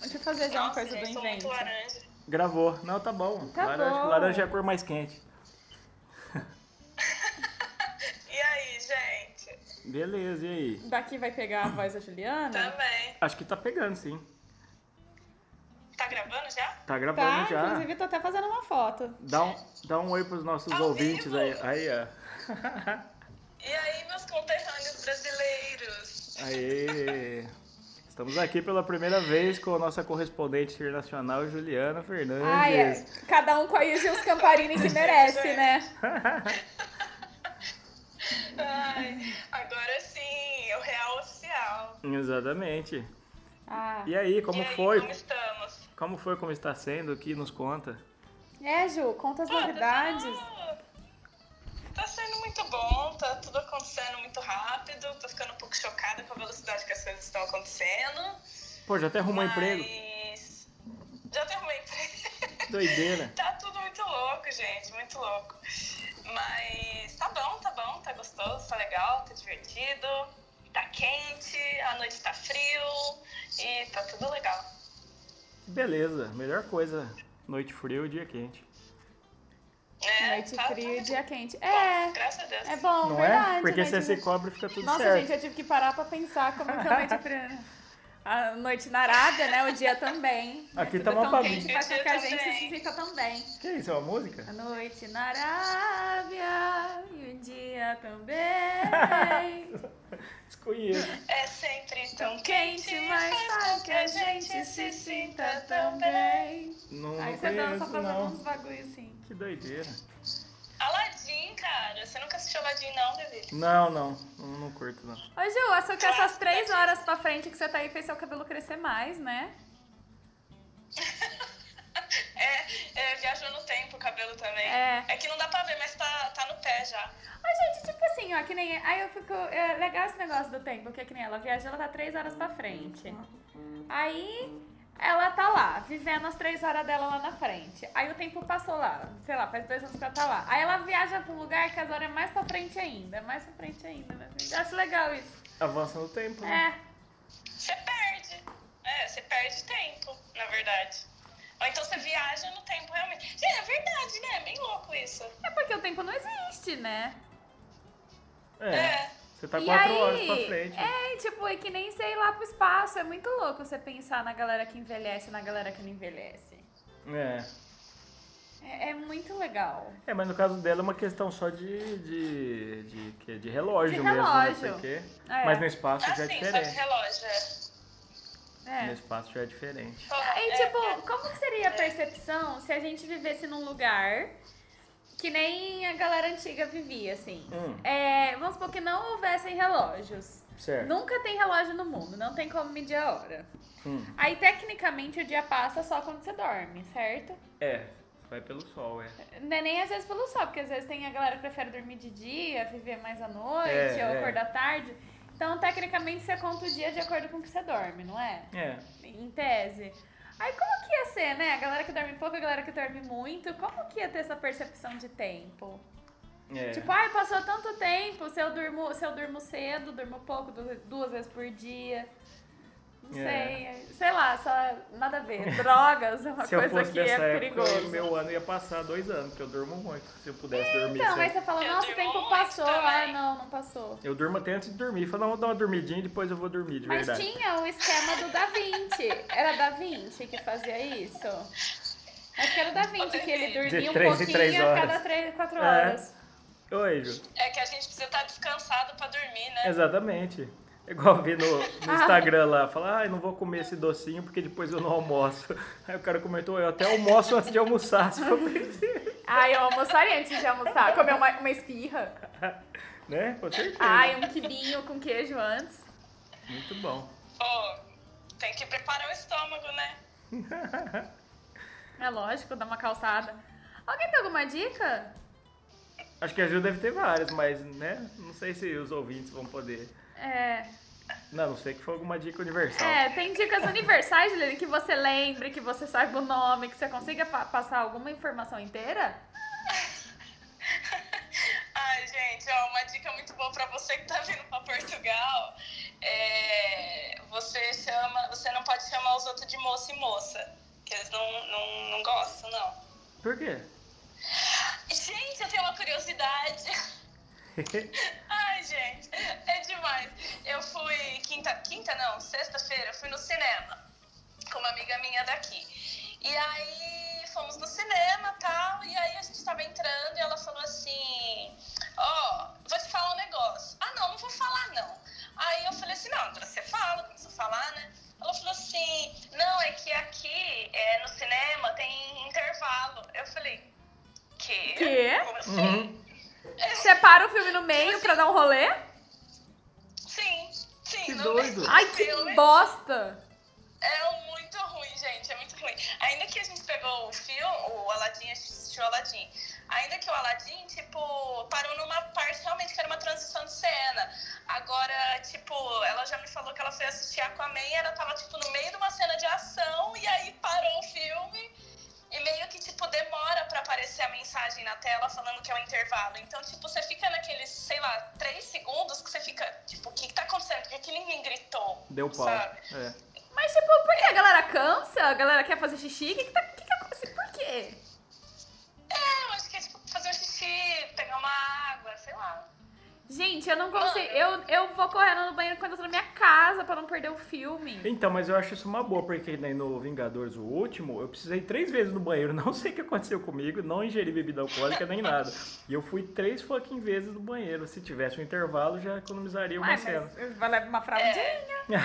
Deixa eu fazer já uma coisa do sou muito invento. laranja. Gravou. Não, tá bom. Tá laranja, bom. laranja é a cor mais quente. E aí, gente? Beleza, e aí? Daqui vai pegar a voz da Juliana. Também. Acho que tá pegando, sim. Tá gravando já? Tá gravando Tá, já. inclusive Tá tô até fazendo uma foto. Dá um, dá um oi pros nossos Ao ouvintes vivo. aí. Aí, ó. E aí, meus conterrâneos brasileiros? Aê! Estamos aqui pela primeira vez com a nossa correspondente internacional, Juliana Fernandes. Ai, é, cada um com a Isa e os Camparini que merece, né? Ai, agora sim, é o real oficial. Exatamente. Ah. E aí, como e aí, foi? como estamos? Como foi, como está sendo? O que nos conta? É, Ju, conta as Pô, tá novidades. sendo- Tá sendo muito bom, tá tudo acontecendo muito rápido. Tô ficando um pouco chocada com a velocidade que as coisas estão acontecendo. Pô, já até arrumou um mas... emprego? Já tem um emprego. Doideira. Tá tudo muito louco, gente, muito louco. Mas tá bom, tá bom, tá gostoso, tá legal, tá divertido, tá quente, a noite tá frio e tá tudo legal. Beleza, melhor coisa. Noite fria e dia quente. É, Noite tá- tá fria e muito dia quente. bom, É, Graças a Deus. é bom, Não verdade. é? Porque noite se você fria. cobre, fica tudo Nossa, certo. gente, eu tive que parar pra pensar como é que é a noite fria. A noite na Arábia, né? O dia também. Mas Aqui tudo tá uma tão bagunça. quente, faz com que a gente Também. se sinta tão bem. Que isso, é uma música? A noite na Arábia e o dia também. Desconheço. É sempre Então, tão Quente, mas faz que a gente se sinta tão bem. Não, Aí não você dança conheço, fazendo uns não. bagulho assim. Que doideira. Aladdin, cara, você nunca assistiu Aladdin não, David? Não, não. Não, não curto, não. Ô, Ju, eu só que é essas três horas pra frente que você tá aí fez seu cabelo crescer mais, né? É, é, viajou no tempo o cabelo também. É. que não dá pra ver, mas tá, tá no pé já. Ô, gente, tipo assim, ó, que nem. Aí eu fico. É legal esse negócio do tempo, porque que nem ela viaja, ela tá três horas pra frente. Aí ela tá lá, vivendo as três horas dela lá na frente. Aí o tempo passou lá, sei lá, faz dois anos que ela tá lá. Aí ela viaja pra um lugar que as horas é mais pra frente ainda, é mais pra frente ainda, né? Eu acho legal isso. Avança no tempo. né? É. Você perde. É, você perde tempo, na verdade. Ou então você viaja no tempo realmente. Gente, é verdade, né? É bem louco isso. É porque o tempo não existe, né? É. É. Você tá E quatro aí, horas pra frente. É, tipo, é que nem sei lá pro espaço. É muito louco você pensar na galera que envelhece e na galera que não envelhece. É. É, é muito legal. É, mas no caso dela é uma questão só de. de. de, que- de relógio De mesmo. relógio. Né? Porque... É. Mas no espaço já é Assim, só de diferente. relógio. é. No É. espaço já é diferente. E É, tipo, como que seria a percepção se a gente vivesse num lugar que nem a galera antiga vivia, assim? Hum. É, vamos supor que não houvessem relógios. Certo. Nunca tem relógio no mundo, não tem como medir a hora. Hum. Aí, tecnicamente, o dia passa só quando você dorme, certo? É. Vai pelo sol, é. Não é nem às vezes pelo sol, porque às vezes tem a galera que prefere dormir de dia, viver mais à noite, É, ou é. acordar tarde. Então, tecnicamente, você conta o dia de acordo com o que você dorme, não é? É. Em tese. Aí como que ia ser, né? A galera que dorme pouco, a galera que dorme muito, como que ia ter essa percepção de tempo? É. Tipo, ai, passou tanto tempo, se eu durmo, se eu durmo cedo, durmo pouco, du- duas vezes por dia. Não É. sei, sei lá, só nada a ver. Drogas é uma Se eu coisa fosse que dessa é época, perigosa. meu ano ia passar dois anos, porque eu durmo muito. Se eu pudesse dormir Então, cedo. mas você fala, Eu nossa, o durmo tempo muito passou. Ah, também. não, não passou. Eu durmo até antes de dormir. Fala, não, vou dar uma dormidinha e depois eu vou dormir, de Mas É verdade. tinha o esquema do Da Vinci. Era Da Vinci que fazia isso? Acho que era o Da Vinci, que ele dormia um três em pouquinho três a cada horas. 3, 4 É. horas. Oi, Ju. é que a gente precisa estar descansado pra dormir, né? Exatamente. É Igual eu vi no, no Ah. Instagram lá, fala, ai, não vou comer esse docinho porque depois eu não almoço. Aí o cara comentou, eu até almoço antes de almoçar, se for preciso. Ai, eu almoçaria antes de almoçar. Comer uma, uma espirra. né? Com certeza. Ai, um quibinho com queijo antes. Muito bom. Pô, Tem que preparar o estômago, né? É lógico, dá uma calçada. Alguém tem alguma dica? Acho que a Ju deve ter várias, mas, né? Não sei se os ouvintes vão poder. É, Não, não sei que foi alguma dica universal. é, tem dicas universais, Lili, que você lembre, que você saiba o nome, que você consiga fa- passar alguma informação inteira? Ai, gente, ó, uma dica muito boa pra você que tá vindo pra Portugal. É, você chama, você não pode chamar os outros de moço e moça, que eles não, não, não gostam, não. Por quê? Gente, eu tenho uma curiosidade. Ai, gente, é demais. Eu fui quinta, quinta não, sexta-feira, eu fui no cinema com uma amiga minha daqui. E aí fomos no cinema tal, e aí a gente tava entrando e ela falou assim, ó, vou te falar um negócio. Ah não, não vou falar não. Aí eu falei assim, não, Andra, você fala, começou a falar, né? Ela falou assim, não, é que aqui é, no cinema tem intervalo. Eu falei, que? Quê? Como assim? Uhum. Separa o filme no meio pra dar um rolê? Sim, sim. Que no doido. mesmo Ai, que filme. bosta! É muito ruim, gente, é muito ruim. Ainda que a gente pegou o filme, o Aladdin, assistiu o Aladdin. Ainda que o Aladdin, tipo, parou numa parte realmente que era uma transição de cena. Agora, tipo, ela já me falou que ela foi assistir Aquaman e ela tava, tipo, no meio de uma cena de ação e aí parou o filme. E meio que, tipo, demora pra aparecer a mensagem na tela falando que é um intervalo. Então, tipo, você fica naqueles, sei lá, três segundos que você fica, tipo, o que, que tá acontecendo? Por que, que ninguém gritou? Deu pau. Sabe? É. Mas, tipo, por que a galera cansa? A galera quer fazer xixi? O que que tá... Que que acontece? Por quê? É, eu acho que é tipo fazer um xixi, pegar uma água, sei lá. Gente, eu não consigo... Eu, eu vou correndo no banheiro quando eu tô na minha casa pra não perder o filme. Então, mas eu acho isso uma boa, porque né, no Vingadores, o último, eu precisei três vezes no banheiro. Não sei o que aconteceu comigo, não ingeri bebida alcoólica nem nada. E eu fui três fucking vezes no banheiro. Se tivesse um intervalo, já economizaria uma Ai, cena. mas vai levar uma fraldinha.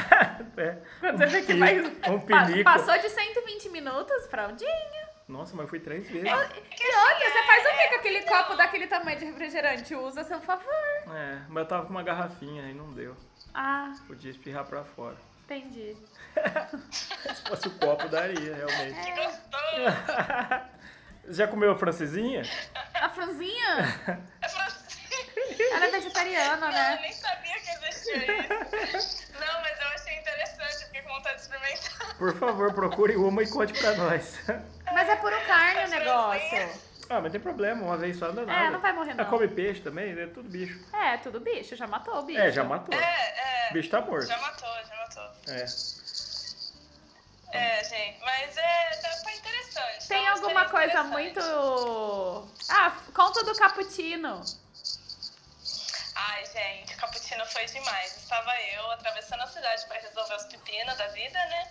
É. Quando você vê que vai- Um Pa- pinico. Passou de 120 minutos, fraldinha. Nossa, mas eu fui É. três vezes. E outra, você faz o que com aquele copo daquele tamanho de refrigerante? Usa a seu favor. É, mas eu tava com uma garrafinha e não deu. Ah, Podia espirrar pra fora. entendi. Se fosse o copo, daria, realmente. Que gostoso! Já comeu a francesinha? A Franzinha, É. Eu falei assim, ela é vegetariana, não, eu né? nem sabia que existia isso. Não, mas eu achei interessante, eu fiquei com vontade de experimentar. Por favor, procure uma e conte pra nós. Mas é puro carne o negócio. Ah, mas não tem problema, uma vez só não dá nada. É, não vai morrer, Ela não. come peixe também, né? Tudo bicho. É, tudo bicho, já matou o bicho. É, já É, matou. O é. bicho tá morto. Já matou, já matou. É. Tá É, gente, mas é, tá, tá interessante. Tem tá uma alguma coisa experiência muito. interessante. Ah, conta do cappuccino. Ai, gente, o cappuccino foi demais. Estava eu atravessando a cidade para resolver os pepinos da vida, né?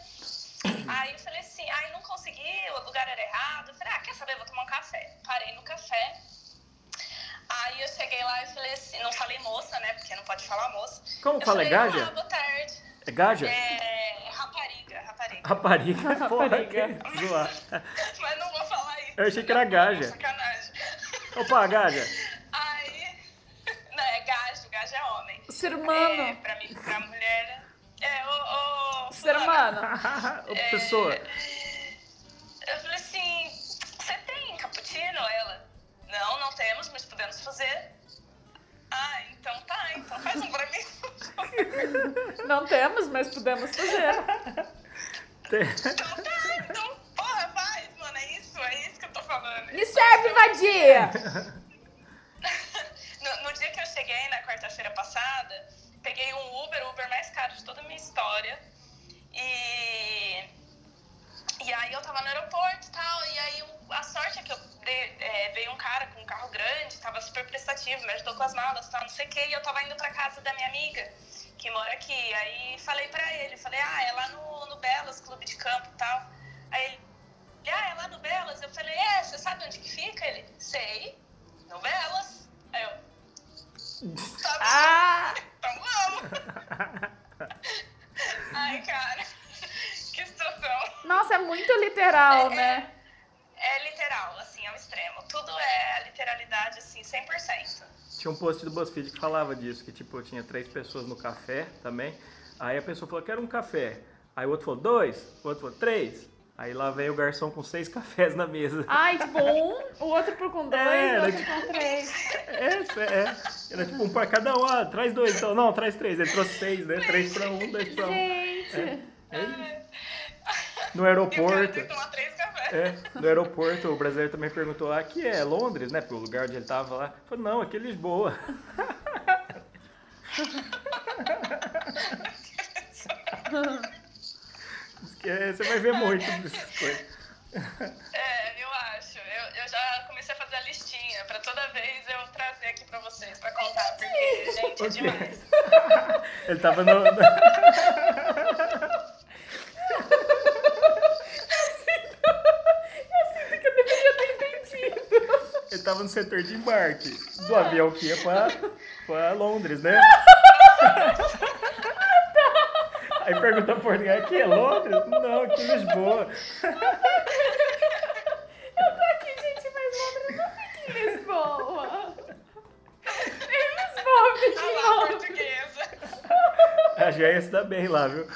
Aí eu falei assim, ai, não consegui, o lugar era errado. Eu falei, ah, quer saber, vou tomar um café. Parei no café. Aí eu cheguei lá e falei assim, não falei moça, né? Porque não pode falar moça. Como eu fala, é falei, gaja? Ah, boa tarde. É gaja? É, rapariga, rapariga. Rapariga, porra, Rapariga. que zoar. Mas não vou falar isso. Eu achei que era gaja. Sacanagem. Opa, gaja. Aí, não, é gajo, gajo é homem. Ser É, humano. pra mim, pra mulher. É, ô, ô. Ser fulana, humano. Ô, É. pessoa. Eu falei assim: você tem cappuccino? Ela? Não, não temos, mas podemos fazer. Ah, então tá, então faz um pra mim. Não temos, mas podemos fazer. Tem- então tá, então, porra, faz, mano, é isso, é isso que eu tô falando. Me serve, vadia! No, no dia que eu cheguei, na quarta-feira passada, peguei um Uber, o Uber mais caro de toda a minha história. E, É, e aí eu tava no aeroporto e tal, e aí o- a sorte é que eu dei- é, veio um cara com um carro grande, tava super prestativo, me ajudou com as malas, tal, não sei o que, e eu tava indo pra casa da minha amiga, que mora aqui. Aí falei pra ele, falei, ah, é lá no, no Belas, clube de campo e tal. Aí ele, ah, é lá no Belas? Eu falei, é, você sabe onde que fica? Ele, sei, no Belas. Aí eu, tá bom. Ah! Então vamos! Ai, cara, que situação. Nossa, é muito literal, né? É literal, assim, ao extremo. Tudo é literalidade, assim, 100%. Tinha um post do BuzzFeed que falava disso, que tipo, tinha três pessoas no café também. Aí a pessoa falou, quero um café. Aí o outro falou dois, o outro falou três. Aí lá vem o garçom com seis cafés na mesa. Ai, tipo, um, o outro por com dois, É, o era outro tipo- com três. É, é. Era tipo um pra cada um. Ah, traz dois então. Não, traz três. Ele trouxe seis, né? Três pra um, dois pra um. Gente. É isso. No E o cara aeroporto. veio tomar três cafés. É, no aeroporto o brasileiro também perguntou: ah, aqui é Londres, né? Porque o lugar onde ele tava lá. Ele Falou, não, aqui é Lisboa. Diz que é, você vai ver muito dessas coisas. É, eu acho. Eu, eu já comecei a fazer a listinha pra toda vez eu trazer aqui pra vocês pra contar, porque, gente, é Ok. demais. Ele tava no. no- Eu sinto que eu deveria ter entendido. Ele tava no setor de embarque do avião que ia pra, pra Londres, né? Aí pergunta por ninguém, aqui é Londres? Não, aqui é Lisboa. Eu tô aqui, gente, mas Londres não fica em Lisboa. Em Lisboa, fica Ah em lá, Londres. portuguesa. A Jair se dá bem lá, viu?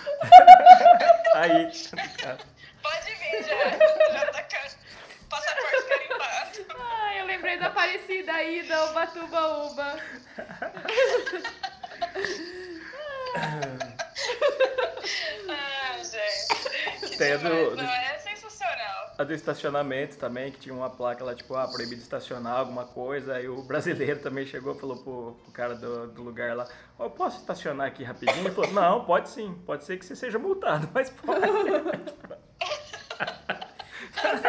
Aí. Pode vir, já. Já tá cá. Passaporte carimbado. Ai, eu lembrei da Aparecida aí, da Ubatuba Uba. Ah, gente. Que Tem a demais. do- do- Não, é sensacional. A do estacionamento também, que tinha uma placa lá, tipo, ah, proibido estacionar alguma coisa. Aí o brasileiro também chegou e falou pro, pro cara do, do lugar lá, "Ó, eu posso estacionar aqui rapidinho? Ele falou, não, pode sim, pode ser que você seja multado, mas pode.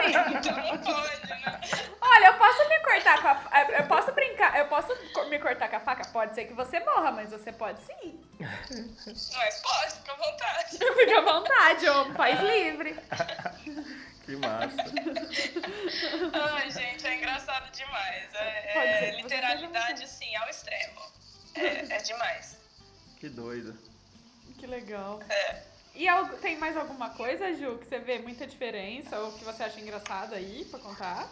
Então não pode, né? Olha, eu posso me cortar com a faca. Eu posso brincar. Eu posso co- me cortar com a faca? Pode ser que você morra, mas você pode sim. Mas pode, fica à vontade. Fica à vontade, ô um país livre. Que massa. Ai, gente, é engraçado demais. É, Pode é ser que você literalidade, assim, ao extremo. É, é demais. Que doido. Que legal. É. E algo- tem mais alguma coisa, Ju, que você vê muita diferença ou que você acha engraçado aí pra contar?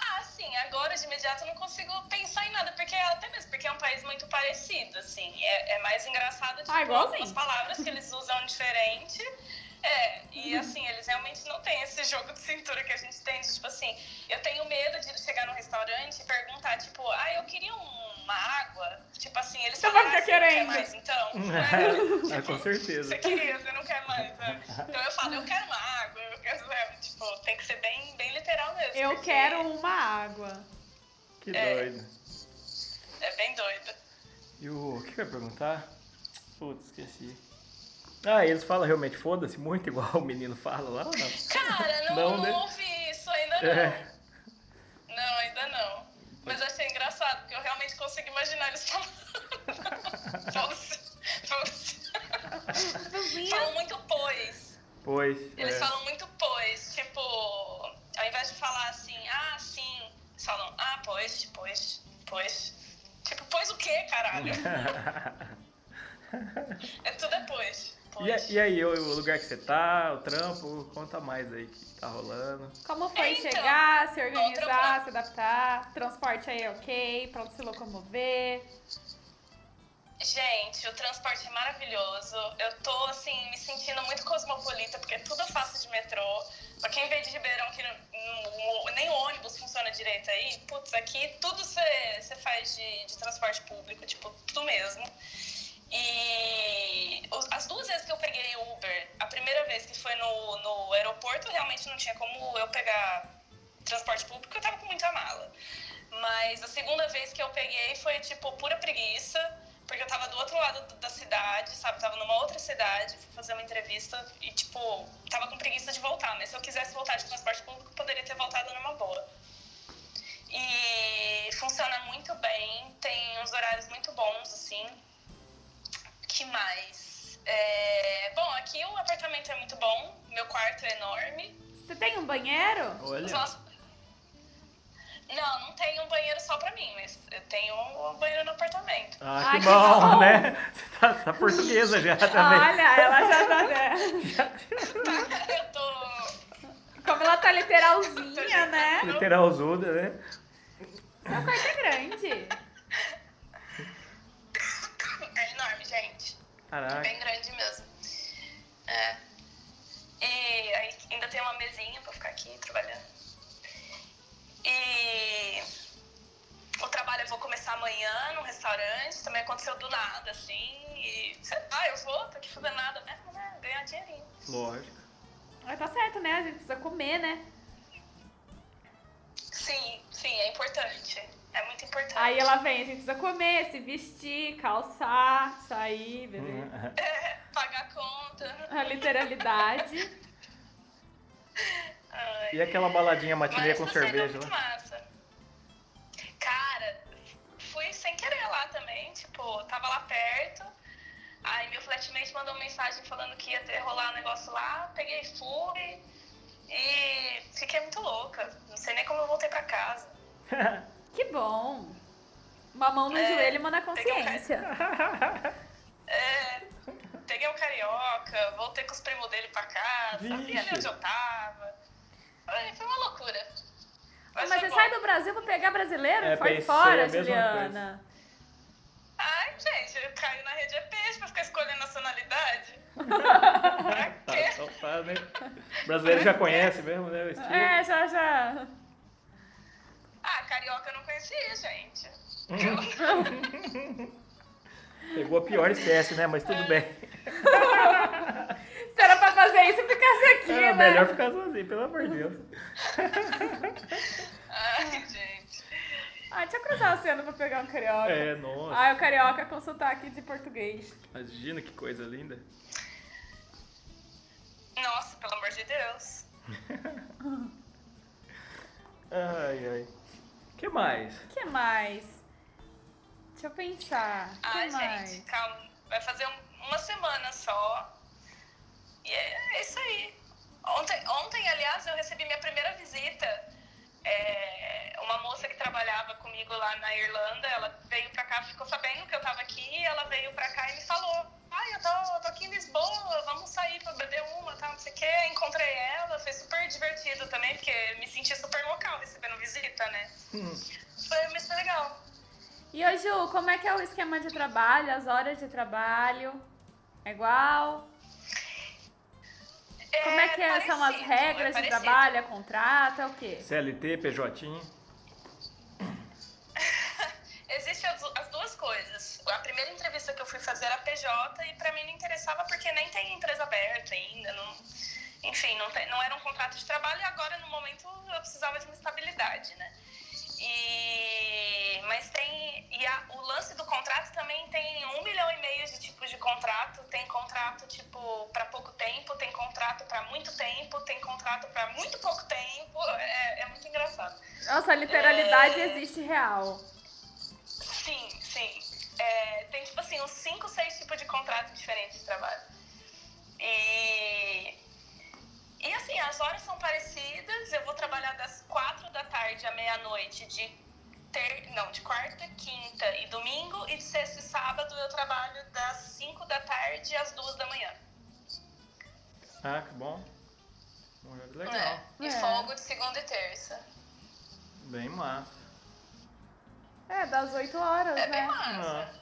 Ah, sim, agora de imediato eu não consigo pensar em nada, porque até mesmo porque é um país muito parecido, assim. É, é mais engraçado tipo, Ah, igualzinho. as palavras que eles usam diferente. É, e Uhum. assim, eles realmente não têm esse jogo de cintura que a gente tem. de, Tipo assim, eu tenho medo de chegar num restaurante e perguntar, tipo, ah, eu queria um- uma água. Tipo assim, eles Você falam, vai ficar "Ah, você não quer querendo." mais, então. Ah, com certeza. Você queria, você não quer mais. Né? Então eu falo, eu quero uma água, eu quero. sabe? Tipo, tem que ser bem, bem literal mesmo. Eu porque quero uma água. Que É. doido. É bem doido. E o, o que que eu ia perguntar? Putz, esqueci. Ah, eles falam realmente foda-se muito igual o menino fala lá ou não? Cara, não, Não, não, né? ouvi isso ainda não. É. Não, ainda não. Mas achei engraçado, porque eu realmente consigo imaginar eles falando. Fosse- fosse- falam muito pois. Pois. Eles é. falam muito pois. Tipo, ao invés de falar assim, ah, sim, eles falam, ah, pois, pois, pois. Tipo, pois o quê, caralho? é tudo é pois. E, pois. a- e aí, o, o lugar que você tá, o trampo, conta mais aí que tá rolando. Como foi Então, chegar, se organizar, outra- se adaptar? Transporte aí é ok, pra onde se locomover. Gente, o transporte é maravilhoso. Eu tô, assim, me sentindo muito cosmopolita, porque é tudo eu faço de metrô. Pra quem vem de Ribeirão, que não- não- nem o ônibus funciona direito aí, putz, aqui tudo você faz de, de transporte público, tipo, tudo mesmo. E os- as duas vezes que eu peguei Uber, a primeira vez que foi no, no aeroporto, realmente não tinha como eu pegar transporte público, porque eu tava com muita mala. Mas a segunda vez que eu peguei foi, tipo, pura preguiça, porque eu tava do outro lado do- da cidade, sabe? Tava numa outra cidade, fui fazer uma entrevista e, tipo, tava com preguiça de voltar. Mas se eu quisesse voltar de transporte público, eu poderia ter voltado numa boa. E funciona muito bem, tem uns horários muito bons, assim. Que mais? É, Bom, aqui o apartamento é muito bom, meu quarto é enorme. Você tem um banheiro? Os Olha. nossos- Não, não tem um banheiro só pra mim, mas eu tenho um banheiro no apartamento. Ah, que Ai, que bom, bom. né? Você tá, tá portuguesa já também. Olha, ela já tá, né? Eu tô. Como ela tá literalzinha, né? Literalzuda, né? Seu quarto é grande. É enorme, gente. Caraca. Bem grande mesmo. É. E aí ainda tem uma mesinha pra ficar aqui trabalhando. E o trabalho eu vou começar amanhã num restaurante, também aconteceu do nada, assim. E sei lá, eu vou, tô aqui fazendo nada mesmo, né? Ganhar dinheirinho. Lógico. Mas tá certo, né? A gente precisa comer, né? Sim, sim, é importante. É muito importante. Aí ela vem, a gente precisa comer, se vestir, calçar, sair, beber. Pagar a conta. A literalidade. Ai. E aquela baladinha matinê Mas com tá sendo cerveja né? muito lá? massa. Cara, fui sem querer lá também, tipo, tava lá perto. Aí meu flatmate mandou uma mensagem falando que ia ter rolar um negócio lá, peguei fui e fiquei muito louca. Não sei nem como eu voltei pra casa. Que bom. Uma mão no É, joelho e uma na peguei um consciência. É, peguei um carioca, voltei com os primos dele pra casa, Vixe. sabia nem onde eu tava. Ai, Foi uma loucura. Mas, foi você tá bom. sai do Brasil pra pegar brasileiro? É, Foi pensei fora, a mesma Juliana. Ai, gente, eu caio na rede é peixe pra ficar escolhendo nacionalidade. pra Tá, quê? então tá, né? O brasileiro já conhece mesmo, né? O estilo. É, já, já. Ah, carioca eu não conhecia, gente. Pegou a pior espécie, né? Mas É. tudo bem. Se era pra fazer isso, ficasse aqui, Era né? É melhor ficar sozinho, pelo amor de Deus. Ai, gente. Ah, deixa eu cruzar o oceano pra pegar um carioca. É, nossa. Ah, o carioca com sotaque de português. Imagina que coisa linda. Nossa, pelo amor de Deus. Ai, ai. que mais? O que mais? Deixa eu pensar. O que Ai, mais? Ah, gente, calma. Vai fazer um- uma semana só. E é, é isso aí. Ontem, ontem, aliás, eu recebi minha primeira visita. É, uma moça que trabalhava comigo lá na Irlanda, ela veio pra cá, ficou sabendo que eu tava aqui, ela veio pra cá e me falou: Ai, eu tô, eu tô aqui em Lisboa, vamos sair pra beber uma, tal, não sei o quê. Encontrei ela, foi super divertido também, porque me senti super local recebendo visita, né? Hum, Foi, mas foi legal. E ô Ju, como é que é o esquema de trabalho, as horas de trabalho? É igual? Como é que é- são as parecido, regras é de parecido. trabalho, é contrato, é o quê? CLT, PJ. Existem as, as duas coisas. A primeira entrevista que eu fui fazer era PJ e pra mim não interessava porque nem tem empresa aberta ainda. Não, enfim, não, tem- não era um contrato de trabalho e agora no momento eu precisava de uma estabilidade, né? E, mas tem. E a- o lance do contrato também tem um milhão e meio de tipos de contrato. Tem contrato, tipo, pra pouco tempo, tem contrato pra muito tempo, tem contrato pra muito pouco tempo. É- é muito engraçado. Nossa, a literalidade É. existe real. Sim, sim. É, tem, tipo assim, uns 5, 6 tipos de contrato diferentes de trabalho. E. E assim, as horas são parecidas. Eu vou trabalhar das 4 da tarde à meia-noite de ter, não, de quarta, quinta e domingo. E de sexta e sábado eu trabalho das 5 da tarde às 2 da manhã. Ah, que bom. Um horário Legal. né? E É. folgo de segunda e terça. Bem massa. É, das 8 horas, É bem né? massa. Ah.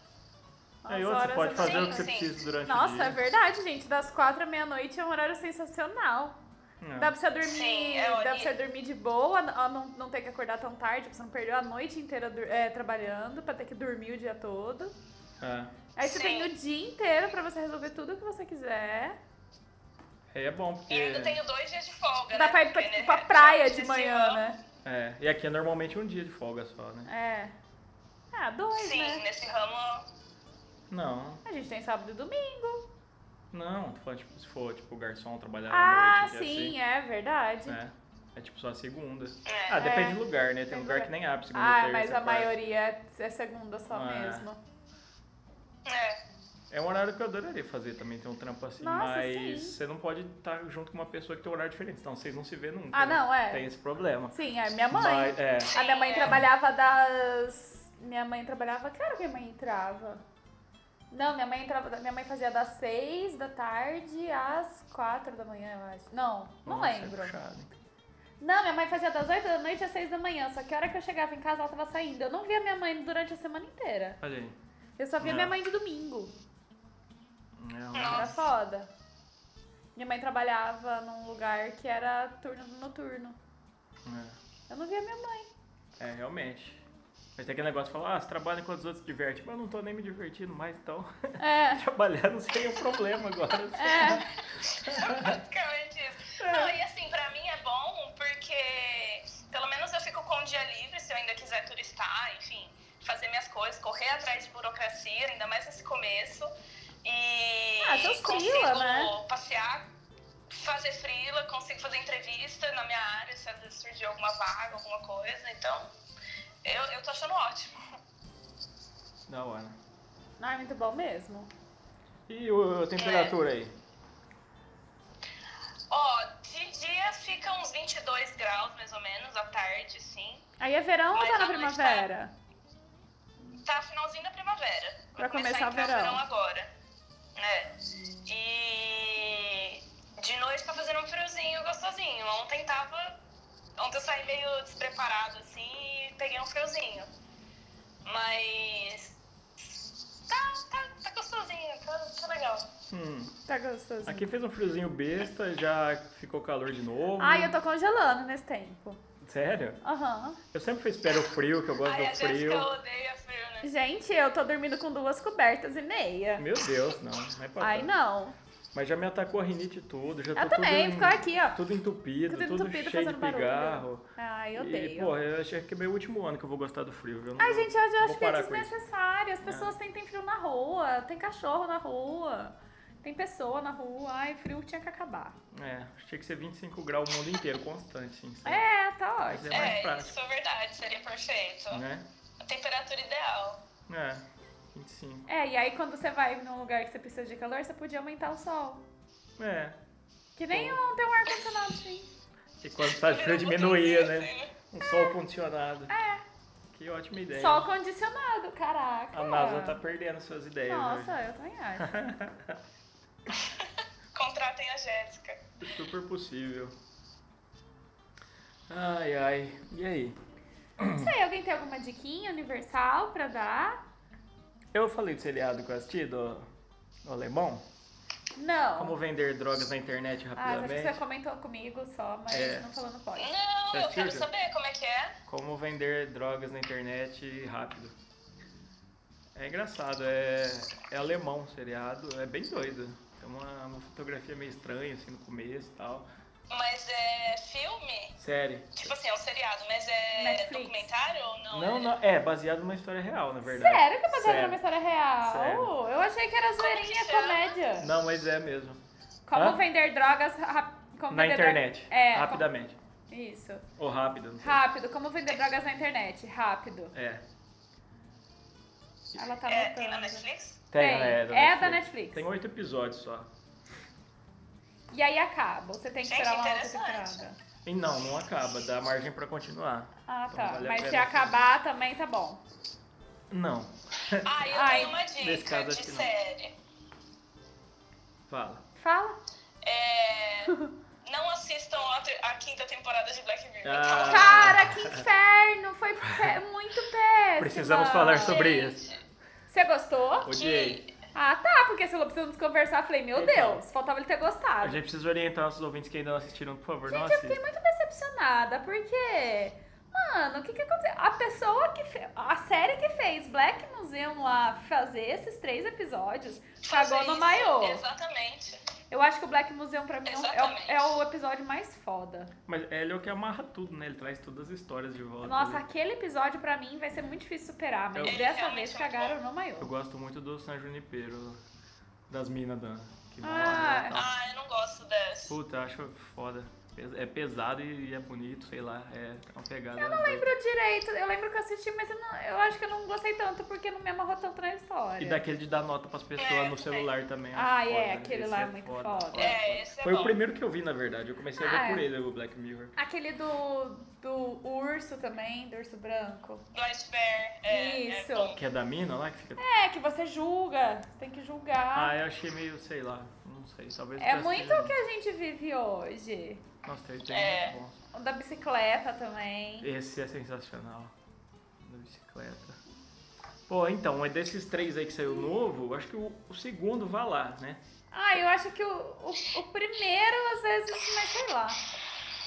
Aí As outro, você horas pode é fazer o bem- que você Sim, sim. precisa durante o Nossa, dia. é verdade, gente. Das quatro à meia-noite é um horário sensacional. É. Dá pra você dormir. Sim, é, dá pra e- você dormir de boa, não, não- não ter que acordar tão tarde, pra você não perder a noite inteira dur- é, trabalhando, pra ter que dormir o dia todo. É. Aí você Sim. tem o dia inteiro pra você resolver tudo o que você quiser. Aí é bom, porque... E ainda tenho dois dias de folga. Dá né? pra ir pra, Porque, né, pra praia durante de esse manhã, ano- né? É, e aqui é normalmente um dia de folga só, É. né? Ah, dois, Sim, né? nesse ramo É. Não, A gente tem sábado e domingo. não. Tô falando, tipo, se for, tipo, garçom trabalhar à Ah, noite. sim, e é verdade. assim, né? É tipo só a segunda. É. Ah, depende É. do lugar, né? Tem Tem lugar lugar. que nem abre segunda Ah, terça, mas a quarta. maioria é é segunda só Ah, é. mesmo. É, É um horário que eu adoraria fazer também, ter um trampo assim. Nossa, mas sim. você não pode estar junto com uma pessoa que tem um horário diferente, então vocês não se vê nunca. Ah, né? não, é. Tem esse problema. Sim, é minha mãe. Mas, é, A minha mãe É. trabalhava das. Minha mãe trabalhava. Que hora que minha mãe entrava? Não, minha mãe entrava. Minha mãe fazia das seis da tarde às quatro da manhã, eu acho. Não, não nossa, é lembro. puxado, hein? Não, minha mãe fazia das 8 da noite às 6 da manhã, só que a hora que eu chegava em casa ela tava saindo. Eu não via minha mãe durante a semana inteira. Olha aí. Eu só via Não. minha mãe de domingo. É, um- Era foda. Minha mãe trabalhava num lugar que era turno noturno. Eu não via minha mãe. É, realmente. Mas tem aquele negócio de falar, ah, você trabalha enquanto os outros se divertem. Mas eu não tô nem me divertindo mais, então. É, Trabalhar não seria um problema agora. é. Basicamente isso. Não, e assim, pra mim é bom porque pelo menos eu fico com um dia livre se eu ainda quiser turistar, enfim, fazer minhas coisas, correr atrás de burocracia, ainda mais nesse começo. E Ah, seus consigo freela, né? passear, fazer frila, consigo fazer entrevista na minha área, se às vezes surgir alguma vaga, alguma coisa. Então, eu, eu tô achando ótimo. Da hora. Não, é muito bom mesmo. E o- a temperatura aí? Ó, de dia fica uns 22 graus, mais ou menos, à tarde, sim. Aí é verão ou Mas tá na a noite tá- primavera? Tá finalzinho da primavera. Pra Vai começar o a entrar verão. agora. É. E de noite tá fazendo um friozinho gostosinho. Ontem tava. Ontem eu saí meio despreparado assim e peguei um friozinho. Mas. Tá, tá, tá gostosinho, tá, tá legal. Hum. Tá gostoso. Aqui é fez um friozinho besta, já ficou calor de novo. Ai, eu tô congelando nesse tempo. Sério? Aham. Eu sempre espero o frio, que eu gosto Ai, a do frio. Jéssica odeia frio, né? Gente, eu tô dormindo com duas cobertas e meia. Meu Deus, não, não é pra Ai, tanto. não. Mas já me atacou a rinite tudo, já Eu tô também, tudo, ficou aqui, ó. tudo entupido, Tudo tudo entupido, cheio de fazendo barulho. pigarro. Ai, eu E, odeio. pô, eu achei que é meu último ano que eu vou gostar do frio, viu? Ai, gente, hoje eu acho que é parar com isso. É. desnecessário. As pessoas têm, têm frio na rua, tem cachorro na rua, tem pessoa na rua. Ai, frio tinha que acabar. É, achei que ser 25 graus o mundo inteiro, constante, sim. sim. É, tá Mas ótimo. é mais É, prático, isso é verdade, seria perfeito. né? A temperatura ideal. É, 25. É, e aí quando você vai num lugar que você precisa de calor, você podia aumentar o sol. É, Que nem um, tem um ar-condicionado assim. e quando tá de um frio diminuía, assim, né? Um sol condicionado. É. Que ótima ideia. Sol condicionado, caraca. A NASA tá perdendo suas ideias. Nossa, eu também acho. Contratem a Jéssica. hoje. Super possível. Ai, ai. E aí? Não sei, alguém tem alguma diquinha universal pra dar? Eu falei do seriado que eu assisti, do, do alemão. Não. Como vender drogas na internet Ah, acho que rapidamente. você comentou comigo só, mas É. não falando pode. Não, Você eu quero assistiu? saber como é que é. Como vender drogas na internet rápido. É engraçado, é, é alemão o seriado, é bem doido. Tem uma, uma fotografia meio estranha assim no começo e tal. Mas é filme? Série. Tipo assim, é um seriado, mas é Netflix. documentário ou não? Não, É- não, é baseado numa história real, na verdade. Sério que eu passei Sério. uma história real? Sério. Eu achei que era zoeirinha que chama? comédia. Não, mas é mesmo. Como Hã? vender drogas rap... como Na vender dro- internet. É, como- rapidamente. Isso. Ou rápido, não sei. Rápido, como vender drogas na internet? Rápido. É. Ela tá É, tem na anotando. Netflix? Tem. né, É da Netflix. Tem oito episódios só. E aí acaba. Você tem que Gente, esperar uma outra interessante. temporada. E não, não acaba, dá margem pra continuar. Ah, Então tá. vale a Mas pena, se assim. acabar também tá bom. Não, Ah, eu Ai. tenho uma Nesse dica caso, acho de que não. série. fala. Fala. É, não assistam a, ter- a quinta temporada de Black Mirror. Ah. Então, Cara, que inferno! Foi pé- muito péssimo. Precisamos falar Então, Gente, sobre isso. Você gostou? Odiei. Ah, tá, porque se precisamos conversar, eu falei, meu Então. Deus, faltava ele ter gostado. A gente precisa orientar nossos ouvintes que ainda não assistiram, por favor, não Gente, eu fiquei assistam. muito decepcionada, porque. Mano, o que que aconteceu? A pessoa que fez. A série que fez Black Museum lá fazer esses três episódios fazer cagou no isso. maiô. Exatamente. Eu acho que o Black Museum pra mim é o- é o, Exatamente. é o episódio mais foda. Mas ele é o que amarra tudo, né? Ele traz todas as histórias de volta. né? Nossa, ali. aquele episódio pra mim vai ser muito difícil superar, mas Eu- dessa Realmente vez é muito cagaram no maiô. Eu gosto muito do San Junipero, das minas da... que morrem Ah, e tal. Ah, eu não gosto dessa. Puta, eu acho foda. Pes- É pesado e é bonito, sei lá. É uma pegada. Eu não lembro direito, eu lembro que eu assisti, mas eu, não- eu acho que eu não gostei tanto porque não me amarrou tanto na história. E daquele de dar nota pras pessoas É, no celular também. eu Ah, acho é, foda. aquele Esse lá é muito foda. É, esse é Foi o bom. primeiro que eu vi, na verdade. Eu comecei a ver Ah, por é. ele, o Black Mirror. Aquele do, do urso também, do urso branco. Black Bear. É, Isso. É bom. Que é da mina lá, que fica... É, que você julga, você tem que julgar. Ah, eu achei meio, sei lá, não sei, talvez... é eu muito esteja- o que a gente vive hoje. Nossa, tem, tem É. muito bom. O da bicicleta também. Esse é sensacional. Da bicicleta. Pô, então, é desses três aí que saiu novo, eu acho que o, o segundo vai lá, né? Ah, eu acho que o, o, o primeiro, às vezes, mas sei lá.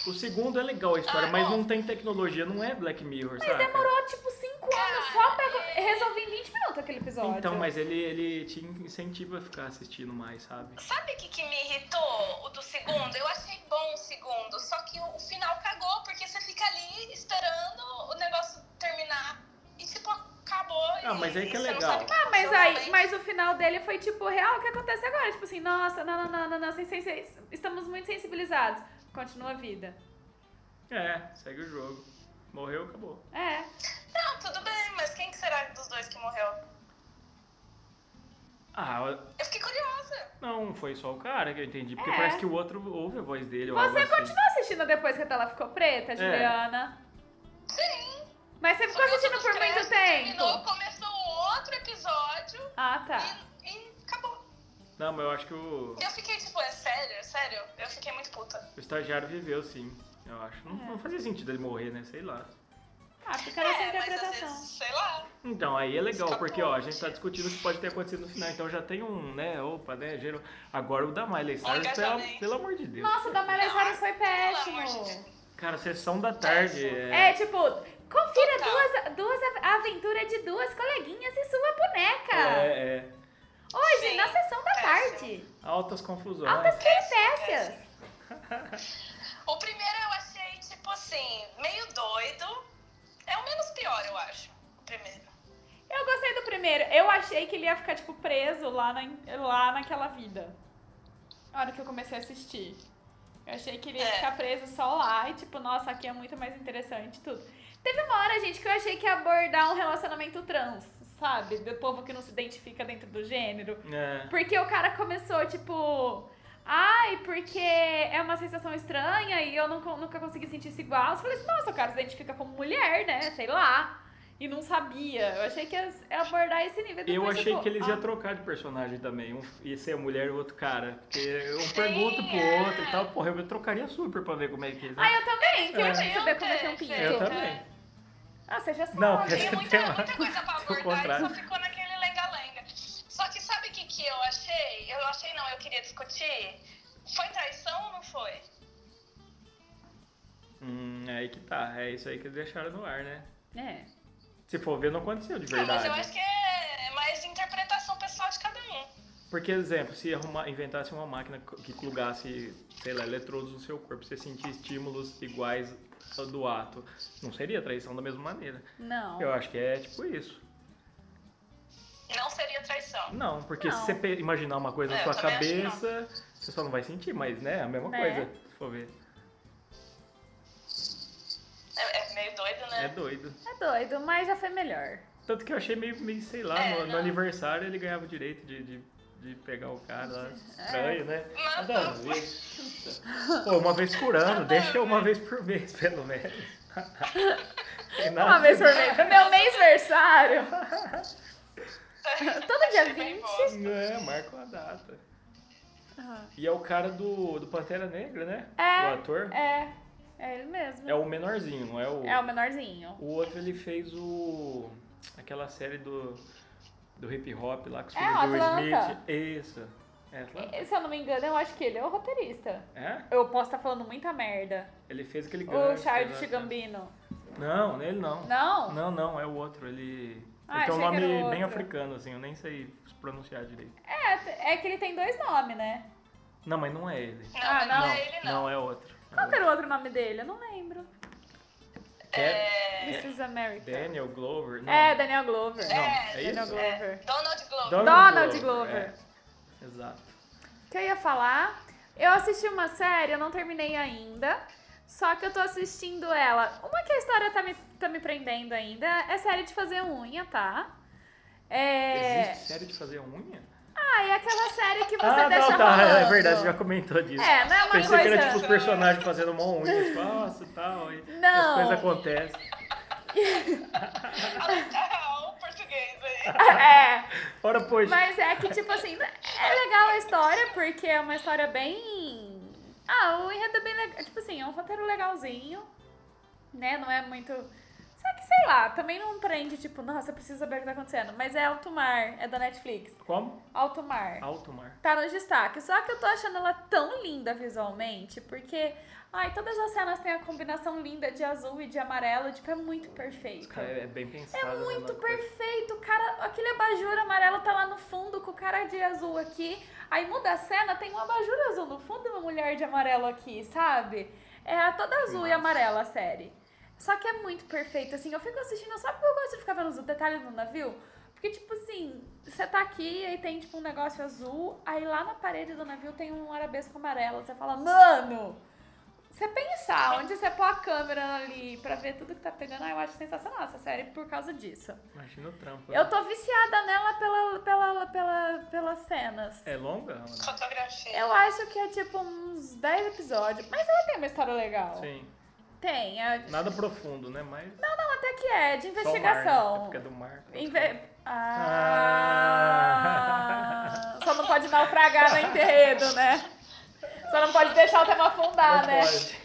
O segundo é legal a história, mas não tem tecnologia, não é Black Mirror, Ah, Mas saca? demorou, tipo, cinco anos só pra... Resolvi em 20 minutos aquele episódio. Então, mas ele, ele te incentiva a ficar assistindo mais, sabe? Sabe o que, que me irritou? O do segundo? Eu achei bom o segundo, só que o, o final cagou, porque você fica ali esperando o negócio terminar e tipo, acabou. Ah, e- mas aí e que é você não legal. sabe o que Ah, mas aconteceu aí, também. mas o final dele foi tipo, real, o que acontece agora? Tipo assim, nossa, não, não, não, não, não, sem- sem- sem- estamos muito sensibilizados. Continua a vida. É, segue o jogo. Morreu, acabou. É. Não, tudo bem, mas quem que será dos dois que morreu? Ah, Eu fiquei curiosa. não, foi só o cara que eu entendi, porque É. parece que o outro ouve a voz dele. ou algo Você assim. É. continuou assistindo depois que a tela ficou preta, Juliana? Sim. Mas você ficou Subiu assistindo dos por muito créditos, Terminou, tempo? começou outro episódio Ah, tá. e, e acabou. Não, mas eu acho que o, E eu fiquei tipo, é sério, é sério? Eu fiquei muito puta. o estagiário viveu, sim. Eu acho. É. Não, não fazia sentido ele morrer, né? Sei lá. Ah, fica nessa é, mas às interpretação. vezes, sei lá. Então, aí é legal, Escapou, porque ó, a gente gente. tá discutindo o que pode ter acontecido no final. Então já tem um, né? Opa, né? Gero... Agora o da Miley Cyrus, pelo, engajamento. pelo amor de Deus. Nossa, o da Miley Cyrus foi amor de péssimo. Cara, sessão da tarde. É, tipo, confira Total. duas, duas a- a aventura de duas coleguinhas e sua boneca. É, é. Hoje, Sim, na sessão da péssimo. tarde. Altas confusões. Altas péssimo. peripécias. O primeiro eu achei, tipo assim, meio doido. É o menos pior, eu acho. O primeiro. Eu gostei do primeiro. Eu achei que ele ia ficar, tipo, preso lá, na, lá naquela vida. A hora que eu comecei a assistir. Eu achei que ele ia É. ficar preso só lá e, tipo, nossa, aqui é muito mais interessante e tudo. Teve uma hora, gente, que eu achei que ia abordar um relacionamento trans, sabe? Do povo que não se identifica dentro do gênero. É. Porque o cara começou, tipo. Ai, porque é uma sensação estranha e eu não, con- nunca consegui sentir isso igual. Eu falei assim, nossa, o cara se identifica como mulher, né? Sei lá. E não sabia. Eu achei que ia ia abordar esse nível. Eu Depois, achei tipo, que eles ah, iam trocar de personagem também. Um ia ser a mulher e o outro cara. Porque um Sim, pergunta pro é. outro e tal. Porra, eu trocaria super pra ver como é que eles. Ah, eu também, que eu É. achei que saber como é que é um pinto. eu também. Ah, você já sabe. Não, porque- Tinha muita, Tem uma- muita coisa pra tem É o abordar e só contrário. ficou naquele lenga-lenga. Só que sabe o que, que eu achei? Eu achei não, eu queria discutir. Foi traição ou não foi? Ah, Hum, aí que tá. É isso aí que eles deixaram no ar, né? É. Se for ver, não aconteceu de Não, mas verdade. eu acho que é mais interpretação pessoal de cada um. Porque, exemplo, se arrumar, inventasse uma máquina que plugasse, sei lá, eletrodos no seu corpo, você sentir estímulos iguais ao do ato, não seria traição da mesma maneira. Não. Eu acho que é tipo isso. Não seria traição. Não, porque Não. se você pe- imaginar uma coisa É, na eu sua também acho que cabeça, você só não vai sentir, mas né, é a mesma Né? coisa, se for ver. É, é meio doido, né? É doido. É doido, mas já foi melhor. Tanto que eu achei meio, meio sei lá, É, no, no não. aniversário ele ganhava o direito de, de, de pegar o cara lá. Estranho, né? Mas- Nada a ver. Pô, uma vez por ano, deixa uma vez por mês, pelo menos. Tem nada Uma vez por a mês. Meu mêsversário. Todo dia Achei bem 20. bosta. ver. É, marca uma data. E é o cara do, do Pantera Negra, né? É. O ator. É. É ele mesmo. É o menorzinho, não é o. É o menorzinho. O outro ele fez o. aquela série do. do hip hop lá com os É, filhos o do Atlanta. Smith. Isso. É, Atlanta? Se eu não me engano, eu acho que ele é o roteirista. É? Eu posso estar falando muita merda. Ele fez aquele O gangster lá, Charles tá? Gambino. Não, ele não. Não? Não, não, é o outro. Ele. ele Ah, tem achei um que nome era o bem outro. africano, assim, eu nem sei pronunciar direito. É, é que ele tem dois nomes, né? Não, mas não é ele. Não, Ah, mas não, não. é ele, não. Não, é outro. É Qual que outro. era o outro nome dele? Eu não lembro. É This is America. Daniel Glover? Não. É, Daniel Glover. Não, É, é Daniel isso? Glover. É, Donald Glover. Donald Glover. É, Exato. O que eu ia falar? Eu assisti uma série, eu não terminei ainda. Só que eu tô assistindo ela. Uma que a história tá me, tá me prendendo ainda é série de fazer unha, tá? É. Existe série de fazer unha? Ah, é aquela série que você ah, deixa não, tá, é rolando. verdade, você já comentou disso. É, não é uma Pensei coisa... que era tipo os personagens fazendo uma unha, tipo, nossa, tal, e Não. as coisas acontecem. tipo, Ah, o português aí. É, Ora, pois, mas é que tipo assim, é legal a história, porque é uma história bem... Ah, o enredo é bem legal, tipo assim, é um roteiro legalzinho, né? Não é muito... Sei É que sei lá, também não prende, tipo, nossa, preciso saber o que tá acontecendo. Mas é Alto Mar, é da Netflix. Como? Alto Mar. Alto mar. Tá nos destaques. Só que eu tô achando ela tão linda visualmente, porque. Ai, todas as cenas têm a combinação linda de azul e de amarelo. Tipo, é muito perfeito. Cara, é bem É pensado. né, muito na coisa. perfeito, o cara. Aquele abajur amarelo tá lá no fundo com o cara de azul aqui. Aí muda a cena, tem um abajur azul no fundo e uma mulher de amarelo aqui, sabe? É toda azul e Nossa. amarela a série. Só que é muito perfeito, assim. Eu fico assistindo só porque eu gosto de ficar vendo os detalhes do navio. Porque, tipo assim, você tá aqui e tem, tipo, um negócio azul. Aí lá na parede do navio tem um arabesco amarelo. Você fala, mano! Você pensar onde você pôr a câmera ali pra ver tudo que tá pegando, ah, eu acho sensacional essa série por causa disso. Imagina o trampo. Eu né? tô viciada nela pela, pela, pela, pelas cenas. É longa? Ana? Fotografia. Eu acho que é tipo uns 10 episódios, mas ela tem uma história legal. Sim. Tem, é- Nada profundo, né? Mas. até que é, de só o mar, né? É investigação. porque é do mar. pronto. Inve- Ah, Só não pode naufragar no enterredo, né? Só não pode deixar o tema afundar, Não né? pode.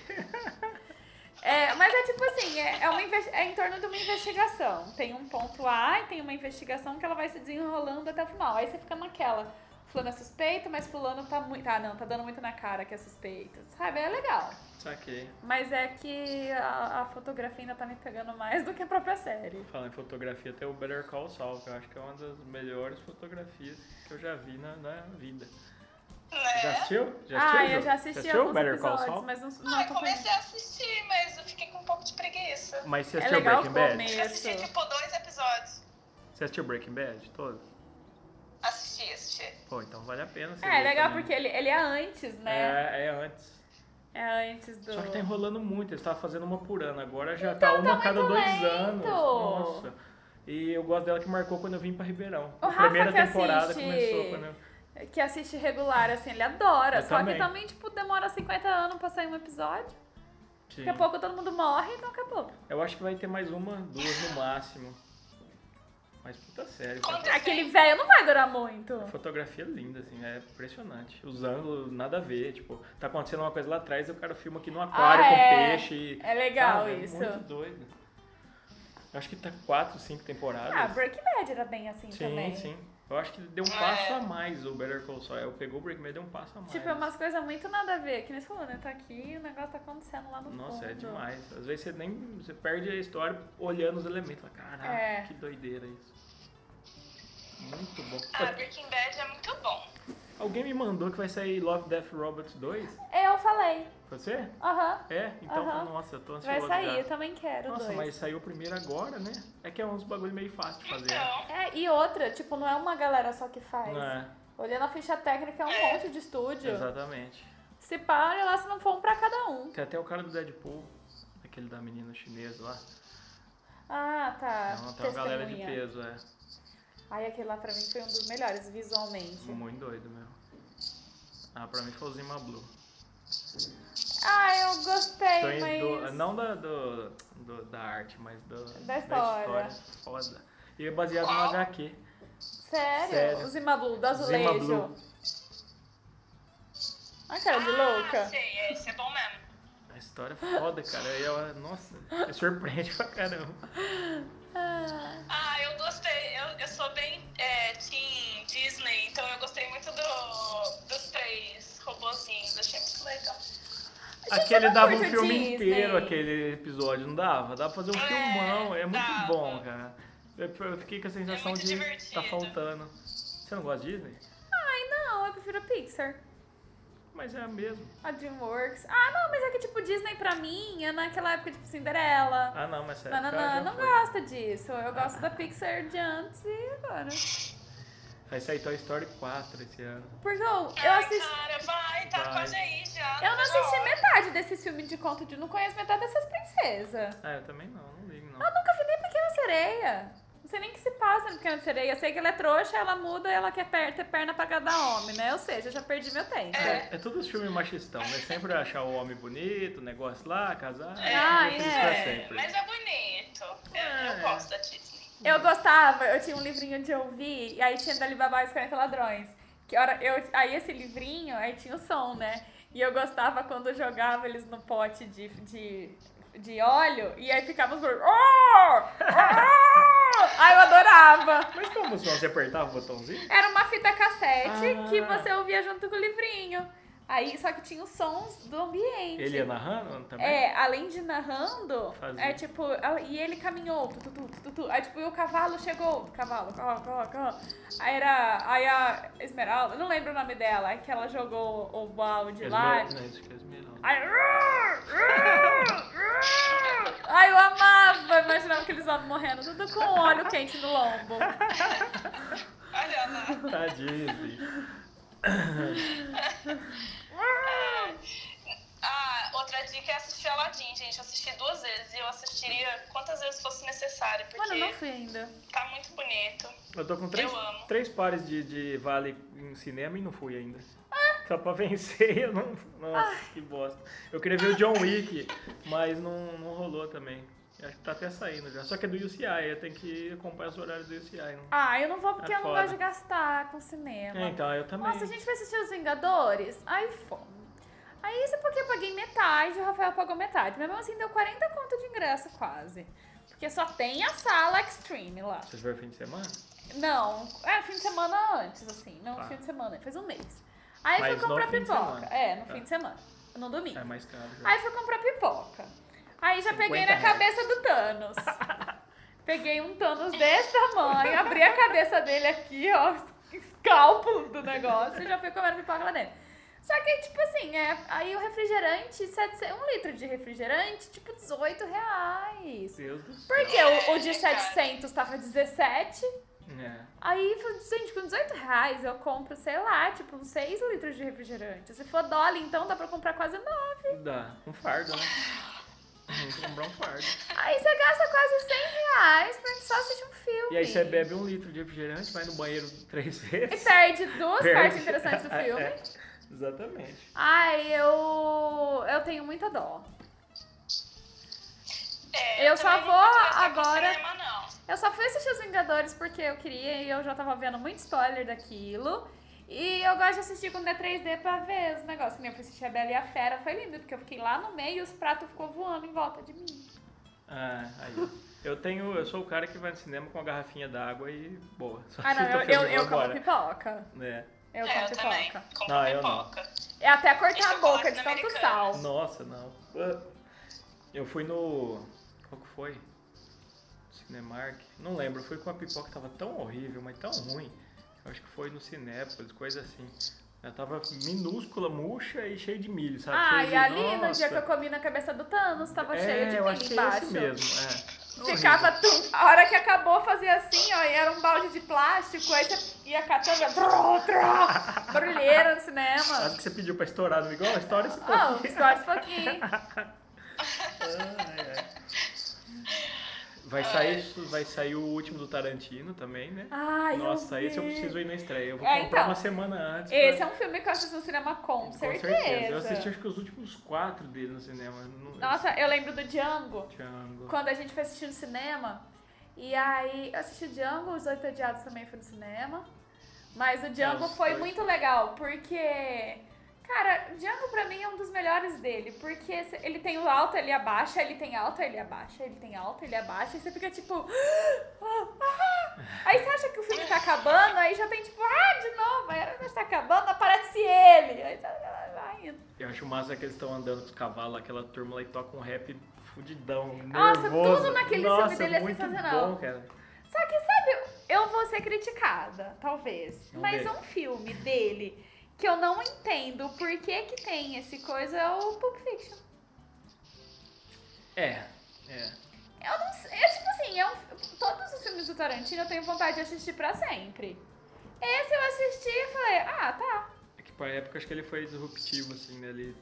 É, mas é tipo assim, é, é uma inves- é em torno de uma investigação. Tem um ponto A e tem uma investigação que ela vai se desenrolando até o final. Aí você fica naquela. Fulano é suspeito, mas fulano tá muito. Ah, não, tá dando muito na cara que é suspeito. Sabe? É legal. Saquei. Mas é que a, a fotografia ainda tá me pegando mais do que a própria série. Falando em fotografia, tem o Better Call Saul, que eu acho que é uma das melhores fotografias que eu já vi na, na vida. Já Né? assistiu? Já assistiu? ah, eu Ju? já assisti assistiu o alguns Better Call episódios, Saul? mas não, não Ah, eu acompanhei. comecei a assistir, mas eu fiquei com um pouco de preguiça. Mas você É assistiu legal Breaking o Bad? começo. Eu assisti Isso. tipo dois episódios. Você assistiu Breaking Bad todo? Assisti, assisti. Pô, então vale a pena. você É, é ver legal também. porque ele, ele é antes, né? É, é antes. É, antes do. Só que tá enrolando muito, eles estavam fazendo uma por ano, agora já Então, tá uma tá a cada muito dois lento. anos. Nossa. E eu gosto dela que marcou quando eu vim pra Ribeirão. O a Rafa primeira que temporada assiste. começou quando eu. que assiste regular, assim, ele adora. Eu só também. que também, tipo, demora 50 anos pra sair um episódio. Sim. Daqui a pouco todo mundo morre, então acabou. Eu acho que vai ter mais uma, duas no máximo. Mas puta tá sério. Como cara. que- Aquele velho não vai durar muito. A fotografia é linda, assim, é impressionante. Os ângulos, nada a ver, tipo, tá acontecendo uma coisa lá atrás e o cara filma aqui no aquário Ah, com é. peixe. e- É legal Cara, é isso. Muito doido. Eu acho que tá quatro, cinco temporadas. Ah, Breaking Bad era bem assim Sim, também. sim. Eu acho que deu um passo a mais o Better Call Saul. Eu pegou o Breaking Bad e deu um passo a mais. Tipo, é umas coisas muito nada a ver. Que eles falam, né? Tá aqui o negócio tá acontecendo lá no fundo. Nossa, é demais. Às vezes você nem você perde a história olhando os elementos. Fala, Caraca, É. que doideira isso. Muito bom. Ah, Breaking Bad é muito bom. Alguém me mandou que vai sair Love, Death, Robots 2? Eu falei. Você? Aham. É? Então, Aham. nossa, eu tô Vai ansioso sair, eu já. também quero. Nossa, dois. mas saiu o primeiro agora, né? É que é uns bagulho meio fácil de fazer. né? Então, É, e outra, tipo, não é uma galera só que faz. Não é? Olhando a ficha técnica, é um monte de estúdio. Exatamente. Se pá, olha lá se não for um pra cada um. Tem até o cara do Deadpool, aquele da menina chinesa lá. Ah, tá. Então, tem uma galera de Testemunha. peso, é. Ai, aquele lá pra mim foi um dos melhores, visualmente. Muito doido mesmo. Ah, pra mim foi o Zima Blue. Ah, eu gostei, Então, mas... do- não da, do- do- da arte, mas do- Da história. Foda. E é baseado no Qual? HQ. Sério? Sério. O Zima Blue, do Zima azulejo. Blue. Olha a cara de Ah, louca. sei, esse é bom mesmo. A história é foda, cara. E ela, nossa, me surpreende pra caramba. Ah, Ah, eu gostei. Eu, eu sou bem é, Team Disney, então eu gostei muito do, dos três robozinhos. Achei muito legal. Aquele não dava um curte o filme Disney. inteiro, aquele episódio, não dava? Dá pra fazer um É, filmão, é muito dava. bom, cara. Eu, eu fiquei com a sensação muito de tá divertido. faltando. Você não gosta de Disney? Ai, não, eu prefiro a Pixar. Mas é a mesma. A DreamWorks. Ah, não, mas é que, tipo, Disney pra mim é naquela época, tipo, Cinderela. Ah, não, mas sério. Banana não gosta disso. Eu gosto da Pixar de antes e agora. Vai sair Toy Story 4 esse ano. Porque eu, eu Ai, assisti. cara, vai, tá Vai. quase aí já. Eu não tá na assisti hora. metade desses filmes de conto de. Não conheço metade dessas princesas. Ah, eu também não, não ligo não. Eu nunca vi nem Pequena Sereia. Não sei nem o que se passa na Pequena Sereia. Eu sei que ela é trouxa, ela muda, ela quer per- ter perna pra cada homem, né? Ou seja, eu já perdi meu tempo. É, é todos filmes machistão, né? Sempre achar o homem bonito, o negócio lá, casar. Ah, feliz é. pra É, sempre. mas é bonito. Eu, É. eu gosto da Disney. Eu gostava, eu tinha um livrinho de ouvir, e aí tinha da Alibaba e os 40 Ladrões. Que hora eu, aí esse livrinho, aí tinha o som, né? E eu gostava quando eu jogava eles no pote de, de de óleo e aí ficava os barulhos. Oh! Oh! Ai, eu adorava. Mas como funciona? Você apertava o botãozinho? Era uma fita cassete Ah. que você ouvia junto com o livrinho. Aí, só que tinha os sons do ambiente. Ele ia narrando também? É, além de narrando, Fazia. é tipo, a- e ele caminhou, tu, tu, tu, tu, tu, tu. Aí tipo, e o cavalo chegou, o cavalo, cavalo, cavalo, cavalo. Aí era, aí a Esmeralda, eu não lembro o nome dela, é que ela jogou o balde lá. Esmer- não, isso que é esmeralda. Aí, "Rrr, rrr, rrr". Ai, eu amava, imaginava aqueles homens morrendo, tudo com óleo quente no lombo. Olha, Ana. Tadinho, bicho. Ah, outra dica é assistir Aladdin, gente. Eu assisti duas vezes e eu assistiria quantas vezes fosse necessário, Mano, eu não porque fui ainda. tá muito bonito. Eu tô com três, Eu amo. três pares de, de vale em cinema e não fui ainda. Só pra vencer, eu não. Nossa, que bosta. Eu queria ver o John Wick, mas não, não rolou também. Acho que tá até saindo já. Só que é do UCI, eu tenho que acompanhar os horários do UCI. Não... Ah, eu não vou porque É eu não foda. gosto de gastar com cinema. É, então, eu também. Nossa, a gente vai assistir Os Vingadores? Aí fome. Aí isso é porque eu paguei metade, o Rafael pagou metade. Mas mesmo assim deu 40 conto de ingresso quase. Porque só tem a sala extreme lá. Vocês viram o fim de semana? Não, é fim de semana antes, assim. Não Tá. fim de semana, fez um mês. Aí Mas fui comprar no fim de pipoca. semana. É, no Tá. fim de semana. No domingo. É mais caro. já. Aí fui comprar pipoca. Aí já peguei 50 na cabeça do Thanos. peguei um Thanos desse tamanho, abri a cabeça dele aqui, ó, escalpo do negócio, e já fui comendo pipoca lá dentro. Só que, tipo assim, é, aí o refrigerante, 700, um litro de refrigerante, tipo 18 reais. Deus do céu. Porque o, o de 700 tava 17, É. aí eu falei, gente, com 18 reais eu compro, sei lá, tipo uns 6 litros de refrigerante. Se for dólar, então dá pra comprar quase 9. Dá. Um fardo, né? Tem que comprar um fardo. Aí você gasta quase 100 reais pra só assistir um filme. E aí você bebe um litro de refrigerante, vai no banheiro três E vezes. perde duas partes interessantes do É, filme. é. Exatamente. Ai, eu. Eu tenho muita dó. É, Eu só também não vou gosto de gastar com agora- Cinema, não. Eu só fui assistir Os Vingadores porque eu queria e eu já tava vendo muito spoiler daquilo. E eu gosto de assistir quando é 3D pra ver os negócios. Que nem eu fui assistir a Bela e a Fera, foi lindo, porque eu fiquei lá no meio e os pratos ficou voando em volta de mim. Ah, aí. Eu tenho. Eu sou o cara que vai no cinema com uma garrafinha d'água e boa. Só Ah, não, assisto eu, o eu, filme, eu vou como embora. pipoca. É. Eu É, como eu também. pipoca. Compro Não, eu não. pipoca. É até cortar a E boca de chocolate tanto na sal. Nossa, não. Eu fui no. Qual que foi? Cinemark? Não lembro, fui com a pipoca que tava tão horrível, mas tão ruim. Eu acho que foi no Cinépolis, coisa assim. Ela tava minúscula, murcha e cheia de milho, sabe? Ah, Cheia e Tá de- ali no Nossa. dia que eu comi na cabeça do Thanos, tava é, cheio de eu milho acho que é embaixo. esse mesmo, é. Ficava Horrível. tum. A hora que acabou, fazia assim, ó, e era um balde de plástico, aí você ia catando, ia tró, tró, barulheira no cinema. Acho que você pediu pra estourar no igual, estoura esse pouquinho. Oh, história pouquinho. Ai, ai. né, Vai sair, vai sair o último do Tarantino também, né? Ai, Nossa, eu esse eu vi. preciso ir na estreia. Eu vou É, comprar então. uma semana antes. Esse pra- é um filme que eu assisto no cinema com, certeza. Eu assisti acho que os últimos quatro dele no cinema. Eu Não, Nossa, eu lembro do Django, eu- Django. quando a gente foi assistir no cinema. E aí, eu assisti o Django, Os Oito Odiados também foi no cinema. Mas o Django os foi dois. muito legal, porque... Cara, Django pra mim é um dos melhores dele, porque esse- ele tem o alto, ele abaixa, ele tem alto, ele abaixa, ele tem alto, ele abaixa, e você fica tipo... "Ah, ah". Aí você acha que o filme tá acabando, aí já tem tipo, ah, de novo, aí a hora que tá acabando, aparece ele. Aí tá, vai indo. Eu acho massa que eles estão andando com os cavalos, aquela turma lá e toca um rap fudidão. Nossa, nervoso. tudo naquele filme Nossa, dele é muito sensacional. Bom, cara. Só que, sabe, eu vou ser criticada, talvez. Vamos mas ver. um filme dele que eu não entendo por que que tem esse coisa é o Pulp Fiction. É, é. Eu não sei, é tipo assim, é um- todos os filmes do Tarantino eu tenho vontade de assistir pra sempre. Esse eu assisti e falei, ah, tá. É que pra época acho que ele foi disruptivo, assim, né? Ele,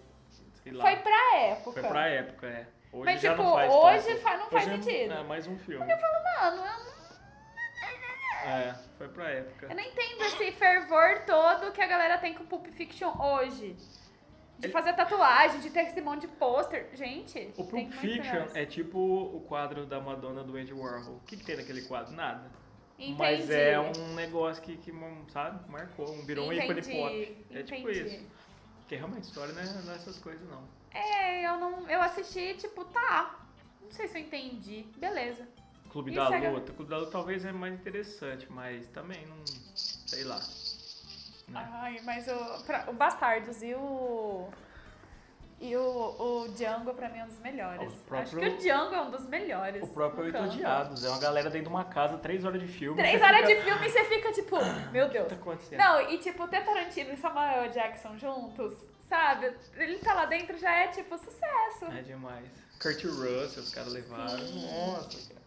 sei lá. Foi pra época. Foi pra época, é. Hoje Mas, já tipo, não faz hoje tanto. fa- não faz Hoje é- sentido. É, mais um filme. Mano, eu não, É, foi pra época. eu não entendo esse fervor todo que a galera tem com Pulp Fiction hoje. De fazer tatuagem, de ter esse monte de pôster. Gente, O tem Pulp muito Fiction negócio. é tipo o quadro da Madonna do Andy Warhol. O que, que tem naquele quadro? Nada. Entendi. Mas é um negócio que, que sabe, marcou, um- virou um ícone Entendi, pop. É tipo entendi. isso. Porque realmente história não é, não é essas coisas, não. É, eu não. Eu assisti, tipo, tá. Não sei se eu entendi. Beleza. Clube E da segue- Luta. Clube da Luta talvez é mais interessante, mas também não. Sei lá. Né? Ai, mas o, pra- o Bastardos e o. E o, o Django, pra mim, é um dos melhores. O próprio- Acho que o Django é um dos melhores. O próprio no Oito campo. Odiados. É uma galera dentro de uma casa, três horas de filme. Três você horas fica- de filme e você fica tipo, meu Deus. tá acontecendo? Não, e tipo, ter Tarantino e Samuel Jackson juntos, sabe? Ele tá lá dentro já é tipo sucesso. É demais. Kurt Russell, os caras levaram. Nossa, cara.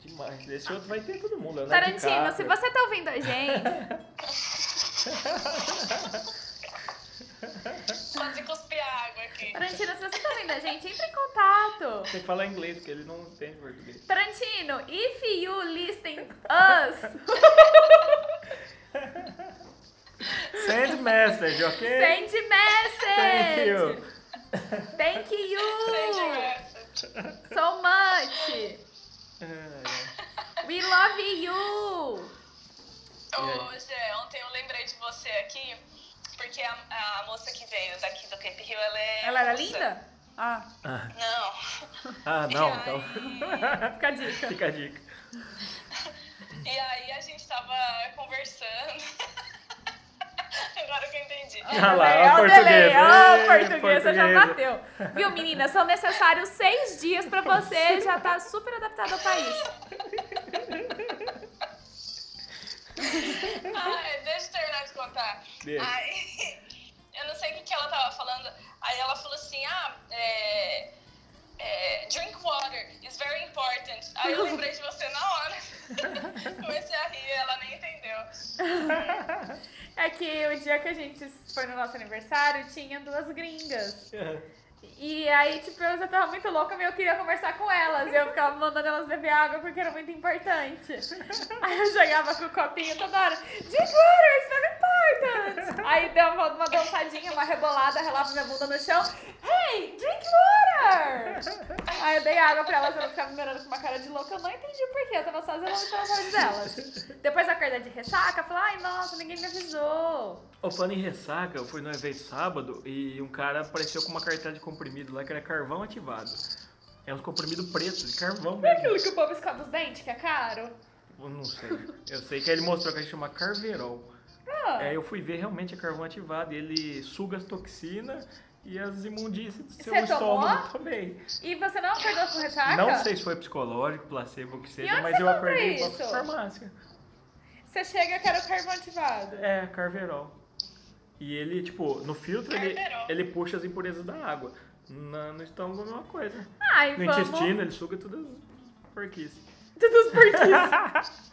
Demais. Esse outro vai ter todo mundo. Leonardo Tarantino, se DiCaprio. você tá ouvindo a gente, Só de cuspir água aqui. Tarantino, se você tá ouvindo a gente, entra em contato. Tem que falar inglês, porque ele não tem português. Tarantino, if you listen us, Send message, ok? send Thank message. you. Thank you Gente, so much. Ah, We love you. Ô, Gé, ontem eu lembrei de você aqui, porque a, a moça que veio daqui do Camp Hill, ela é. Ela era russa. linda? Ah, Não. Ah, não, então. fica a dica. Fica a dica. E aí a gente tava conversando. Agora que eu entendi. Ah lá, Delay, ó, ó, portuguesa. delay, ó, Ei, portuguesa Ah, já portuguesa. bateu. Viu, menina? São necessários seis dias pra você já tá super adaptada ao país. Ai, deixa eu terminar de contar. Deixa. Aí, eu não sei o que, que ela tava falando. Aí ela falou assim, ah, é, é, drink water is very important. Aí eu lembrei de você na hora. Comecei a rir, ela nem entendeu. É que o dia que a gente foi no nosso aniversário, tinha duas gringas. E aí, tipo, eu já tava muito louca, mas eu queria conversar com elas. E eu ficava mandando elas beber água porque era muito importante. Aí eu jogava com o copinho toda hora. Drink water, it's very important! Aí deu uma, uma dançadinha, uma rebolada, relava minha bunda no chão. Hey, drink water! Aí eu dei água pra elas, elas ficavam me olhando com uma cara de louca. Eu não entendi o porquê, eu tava só zelando pelas olhos delas. Depois eu acordei de ressaca, falei, ai, nossa, ninguém me avisou. Ô, falando em ressaca, eu fui num evento sábado e um cara apareceu com uma cartela de comprimido lá que era carvão ativado. É uns comprimido preto, de carvão Não é mesmo. aquilo que o povo escova os dentes, que é caro? Eu não sei. Eu sei que ele mostrou que a gente chama Carverol. Ah. Aí eu fui ver realmente é carvão ativado. e Ele suga as toxinas e as imundícias do seu Você estômago tomou? também. E você não acordou com ressaca? Não sei se foi psicológico, placebo, o que seja, onde mas você eu acordei compra com a isso? farmácia. Você chega, eu quero carvão ativado. É, Carverol. E ele, tipo, no filtro ele, Carverol. ele puxa as impurezas da água. Na- no estômago é a mesma coisa. Ai, No vamos... intestino ele suga todas as porquices. Tudo os porquês.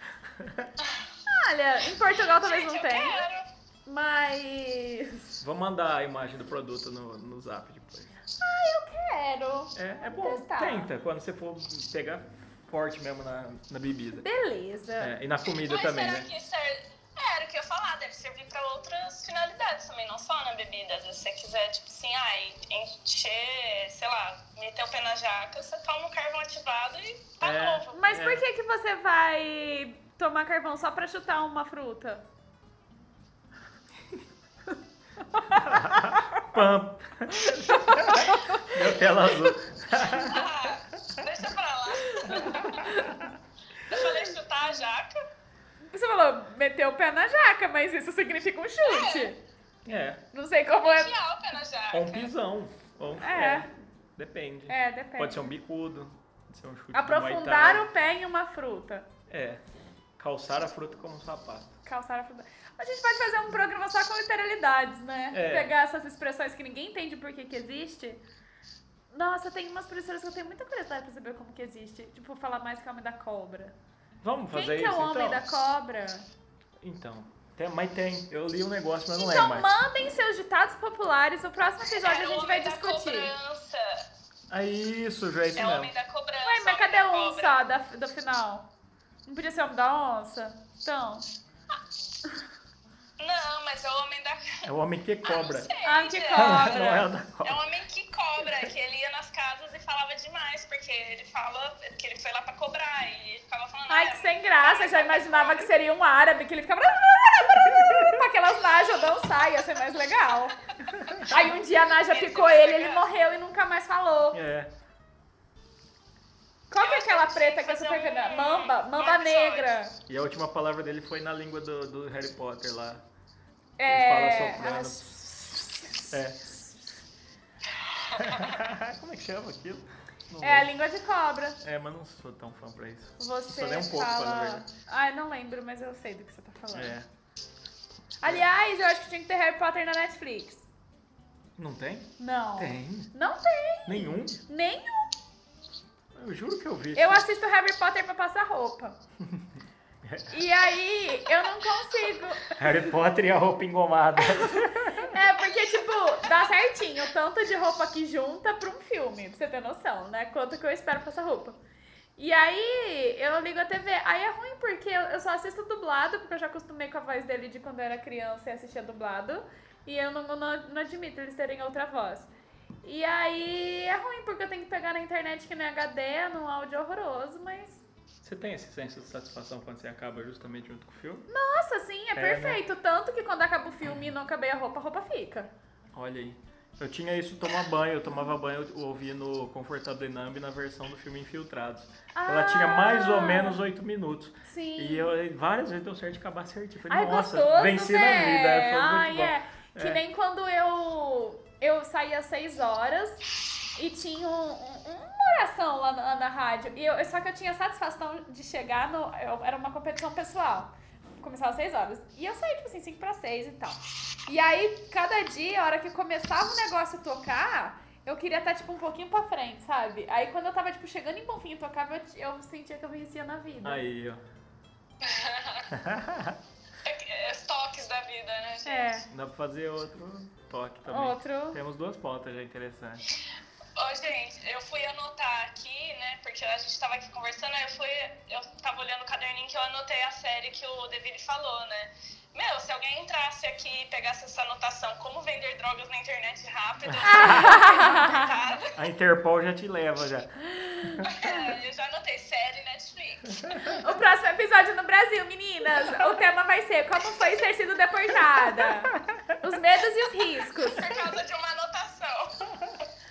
Olha, em Portugal talvez Gente, não eu tenha, quero. mas... Vou mandar a imagem do produto no, no zap depois. Ai, eu quero. É, é bom, Testar. tenta quando você for pegar forte mesmo na, na bebida. Beleza. É, e na comida Mas também, será né? que serve... É, era o que eu ia falar, deve servir pra outras finalidades também, não só na bebida. Às vezes você quiser, tipo assim, ai, encher, sei lá, meter o pé na jaca, você toma um carvão ativado e tá É. novo. Mas É. por que que você vai tomar carvão só pra chutar uma fruta? Pam! Meu tela azul. Ah, deixa pra lá. eu falei chutar a jaca. Você falou, meter o pé na jaca, mas isso significa um chute. É, Não sei como é... Enfiar o pé na jaca. ou um pisão. Ou, É. depende. É, depende. Pode ser um bicudo, pode ser um chute de Muay Aprofundar Thai. o pé em uma fruta. É, calçar a fruta como um sapato. Calçar a fruta. A gente pode fazer um programa só com literalidades, né? É. Pegar essas expressões que ninguém entende por que que existe. Nossa, tem umas professoras que eu tenho muita curiosidade pra saber como que existe. Tipo, falar mais que é o homem da cobra. Vamos Quem fazer que é isso, o homem então? da cobra? Então, tem, mas tem. Eu li um negócio, mas não então lembro mais. mandem seus ditados populares. No próximo episódio É a o gente homem vai da discutir. Cobrança. É isso, já é isso É o homem mesmo. da cobrança. Ué, mas homem cadê da um cobra. só da, do final? Não podia ser o homem da onça? Então. Não, mas é o homem da. É o homem que Ah, não cobra. sei, Ah, que Gé. cobra. não é o da É cobra. um homem que cobra, que ele ia nas casas e falava demais, porque ele fala que ele foi lá pra cobrar e ele ficava falando. Ai, "Ah, que sem graça, eu já imaginava que seria um árabe, que ele ficava com aquelas Naja dançar, ia ser mais legal. Aí um dia a Naja Esse picou é mais ele, ele legal. morreu e nunca mais falou. É. Qual que é Eu aquela acho que preta tinha que é fazer super um- venenosa? Mamba, um mamba episódio. negra. E a última palavra dele foi na língua do, do Harry Potter lá. É. Ele fala as- Como é que chama aquilo? Não É a lembro. língua de cobra. é, mas não sou tão fã pra isso. Você Só nem um pouco, falando a fala. verdade. Ai, não lembro, mas eu sei do que você tá falando. É. Aliás, eu acho que tinha que ter Harry Potter na Netflix. Não tem? Não. Tem. Não tem. Nenhum? Nenhum. Eu juro que eu vi. Eu assisto Harry Potter pra passar roupa. E aí, eu não consigo. Harry Potter e a roupa engomada. É, porque, tipo, dá certinho o tanto de roupa que junta pra um filme, pra você ter noção, né? Quanto que eu espero pra essa roupa. E aí, eu ligo a TV. Aí é ruim porque eu eu só assisto dublado, porque eu já acostumei com a voz dele de quando eu era criança e assistia dublado. E eu não, não, não admito eles terem outra voz. E aí é ruim porque eu tenho que pegar na internet que não é HD, num áudio horroroso, mas. Você tem esse senso de satisfação quando você acaba justamente junto com o filme? Nossa, sim, é, né? perfeito. Tanto que quando acaba o filme e não acabei a roupa, a roupa fica. Olha aí. Eu tinha isso tomar banho, eu tomava banho eu ouvia no Confortável Inambi na versão do filme Infiltrados. Ela tinha mais ou Ah! menos oito minutos. Sim. E eu várias vezes deu certo de acabar certinho. Falei, Ai, nossa, gostoso, venci né? na vida. Aí Foi Ai, muito bom. é. Que É. nem quando eu, eu saía às 6 horas e tinha um- um- uma oração lá na, na rádio. E eu, só que eu tinha satisfação de chegar no. eu- era uma competição pessoal. Começava às 6 horas. E eu saía, tipo assim, 5 para 6 e tal. E aí, cada dia, a hora que começava o negócio a tocar, eu queria estar, tipo, um pouquinho pra frente, sabe? Aí quando eu tava, tipo, chegando em Bonfim e tocava, eu, eu sentia que eu vencia na vida. Aí, ó. É que- é os toques da vida, né, gente? É. Dá pra fazer outro toque também. Outro. Temos duas pautas já interessantes. Ô, gente, eu fui anotar aqui, né? Porque a gente tava aqui conversando, aí eu fui. Eu tava olhando o caderninho que eu anotei a série que o Deville falou, né? Meu, se alguém entrasse aqui e pegasse essa anotação, como vender drogas na internet rápido, A Interpol já te leva já. É, eu já anotei série Netflix. O próximo episódio no Brasil, meninas. O tema vai ser como foi ter sido deportada. Os medos e os riscos. Por causa de uma anotação.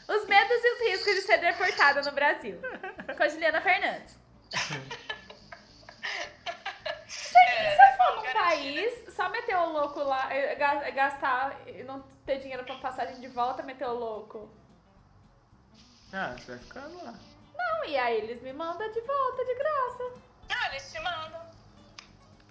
Os medos e os riscos de ser deportada no Brasil. Com a Juliana Fernandes. É, Se eu for vamos num garantir, né? um país, só meter o louco lá, eh, ga- gastar e não ter dinheiro pra passagem de volta, meter o louco. Ah, você vai ficar lá. Não, e aí eles me mandam de volta de graça. Não, Ah, eles te mandam.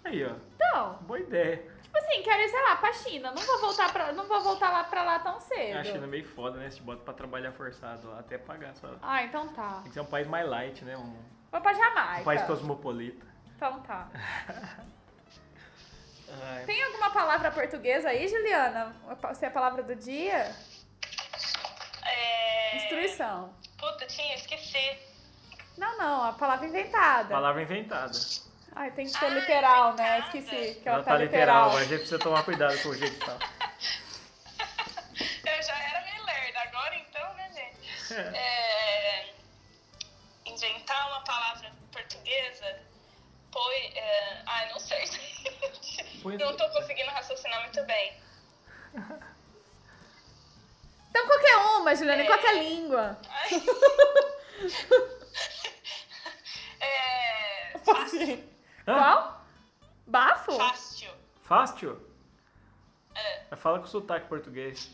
Aí, ó. Então, Boa ideia. tipo assim, quero ir, sei lá, pra China. Não vou voltar, pra, não vou voltar lá pra lá tão cedo. A China é meio foda, né? Se bota pra trabalhar forçado lá, até pagar só. Ah, então tá. Tem que ser um país mais light, né? Um, Vou pra Jamaica. um país cosmopolita. Então tá. Ai, Tem alguma palavra portuguesa aí, Juliana? Se é a palavra do dia? É... Instruição. Puta, tinha, esqueci. Não, não, a palavra inventada. Palavra inventada. Ai, tem que ser Ah, literal, né? inventada. Esqueci que Ela, ela tá literal, mas a gente precisa tomar cuidado com o jeito que tá. Eu já era meio lerda, agora então, né, gente? É. É, inventar uma palavra portuguesa, pois. É, ai, não sei, gente. Pois- Não tô conseguindo raciocinar muito bem. Então qualquer uma, Juliana, em É. qualquer língua. Ai. é, Hã? Qual? Bafo? fácil. Fácil? É, Fala com sotaque português.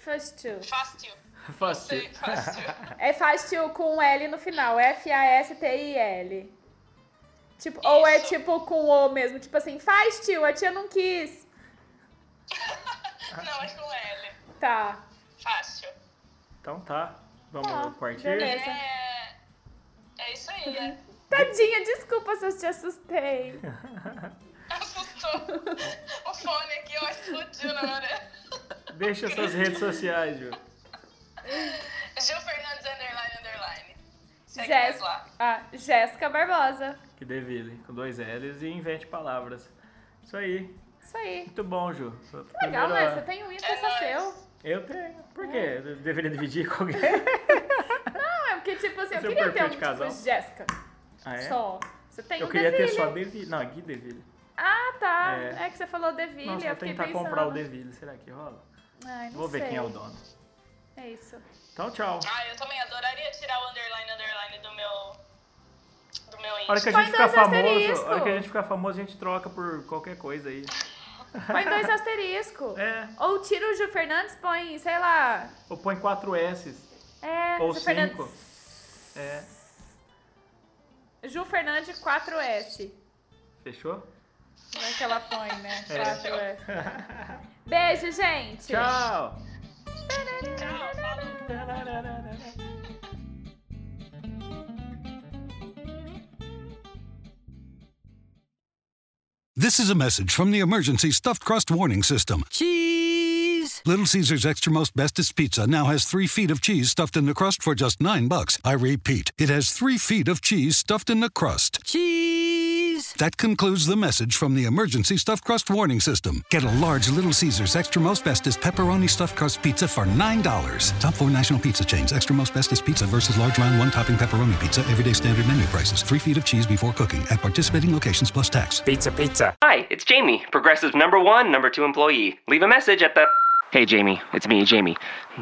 Fácil. fácil. Fácil. Sei, fácil. É fácil com um L no final. F-A-S-T-I-L. Tipo, ou é Isso. tipo com O mesmo. Tipo assim, faz tio, a tia não quis. não, é com L. Tá. Fácil. Então tá. Vamos Tá, partir? beleza. É, é isso aí. É. Tadinha, desculpa se eu te assustei. Assustou. o fone aqui, ó, explodiu na hora. Deixa suas redes sociais, viu? Gil Fernandes Underline Underline. Segue nós Jéssica, lá. ah, Jéssica Barbosa. Que devile. Com dois L's e invente palavras. Isso aí. Isso aí. Muito bom, Ju. Foi a Que legal, né? primeira- Você tem É. um Insta É só nóis. seu. Eu tenho. Por quê? Eu deveria dividir com alguém? Não, é porque, tipo assim, eu Seu queria ter perfil um de tipo casal. Jéssica. Ah, é? Só. Você tem Eu um queria ter Deville. só Deville. Não, Gui Deville. Ah, tá. É. É. que você falou Deville, Nossa, eu vou fiquei tentar pensando. comprar o Deville. Será que rola? Ai, não Vou ver sei. quem é o dono. É isso. Então, tchau. Ah, eu também adoraria tirar o underline, underline do meu. do meu A hora que Insta. Põe a gente ficar dois famoso, asterisco. a hora que a gente ficar famoso, a gente troca por qualquer coisa aí. Põe dois asterisco. É. Ou tira o Gil Fernandes, põe, sei lá. Ou põe quatro S's. É, Ou Gil cinco. Fernandes. É. Ju Fernandes 4S. Fechou? Não é que ela põe, né? É. 4S. Beijo, gente. Tchau! Tchau, falou. This is a message from the emergency stuffed crust warning system. Cheese! Little Caesar's Extra Most Bestest Pizza now has three feet of cheese stuffed in the crust for just nine bucks. I repeat, it has three feet of cheese stuffed in the crust. Cheese! That concludes the message from the emergency stuffed crust warning system. Get a large Little Caesar's Extra Most Bestest pepperoni stuffed crust pizza for $9. Top four national pizza chains Extra Most Bestest Pizza versus large round one topping pepperoni pizza, everyday standard menu prices, three feet of cheese before cooking at participating locations plus tax. Pizza, pizza. Hi, it's Jamie, Progressive number one, number two employee. Leave a message at the. Hey, Jamie, it's me, Jamie.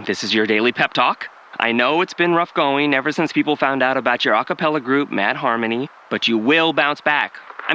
This is your daily pep talk. I know it's been rough going ever since people found out about your a cappella group, Mad Harmony, but you will bounce back. I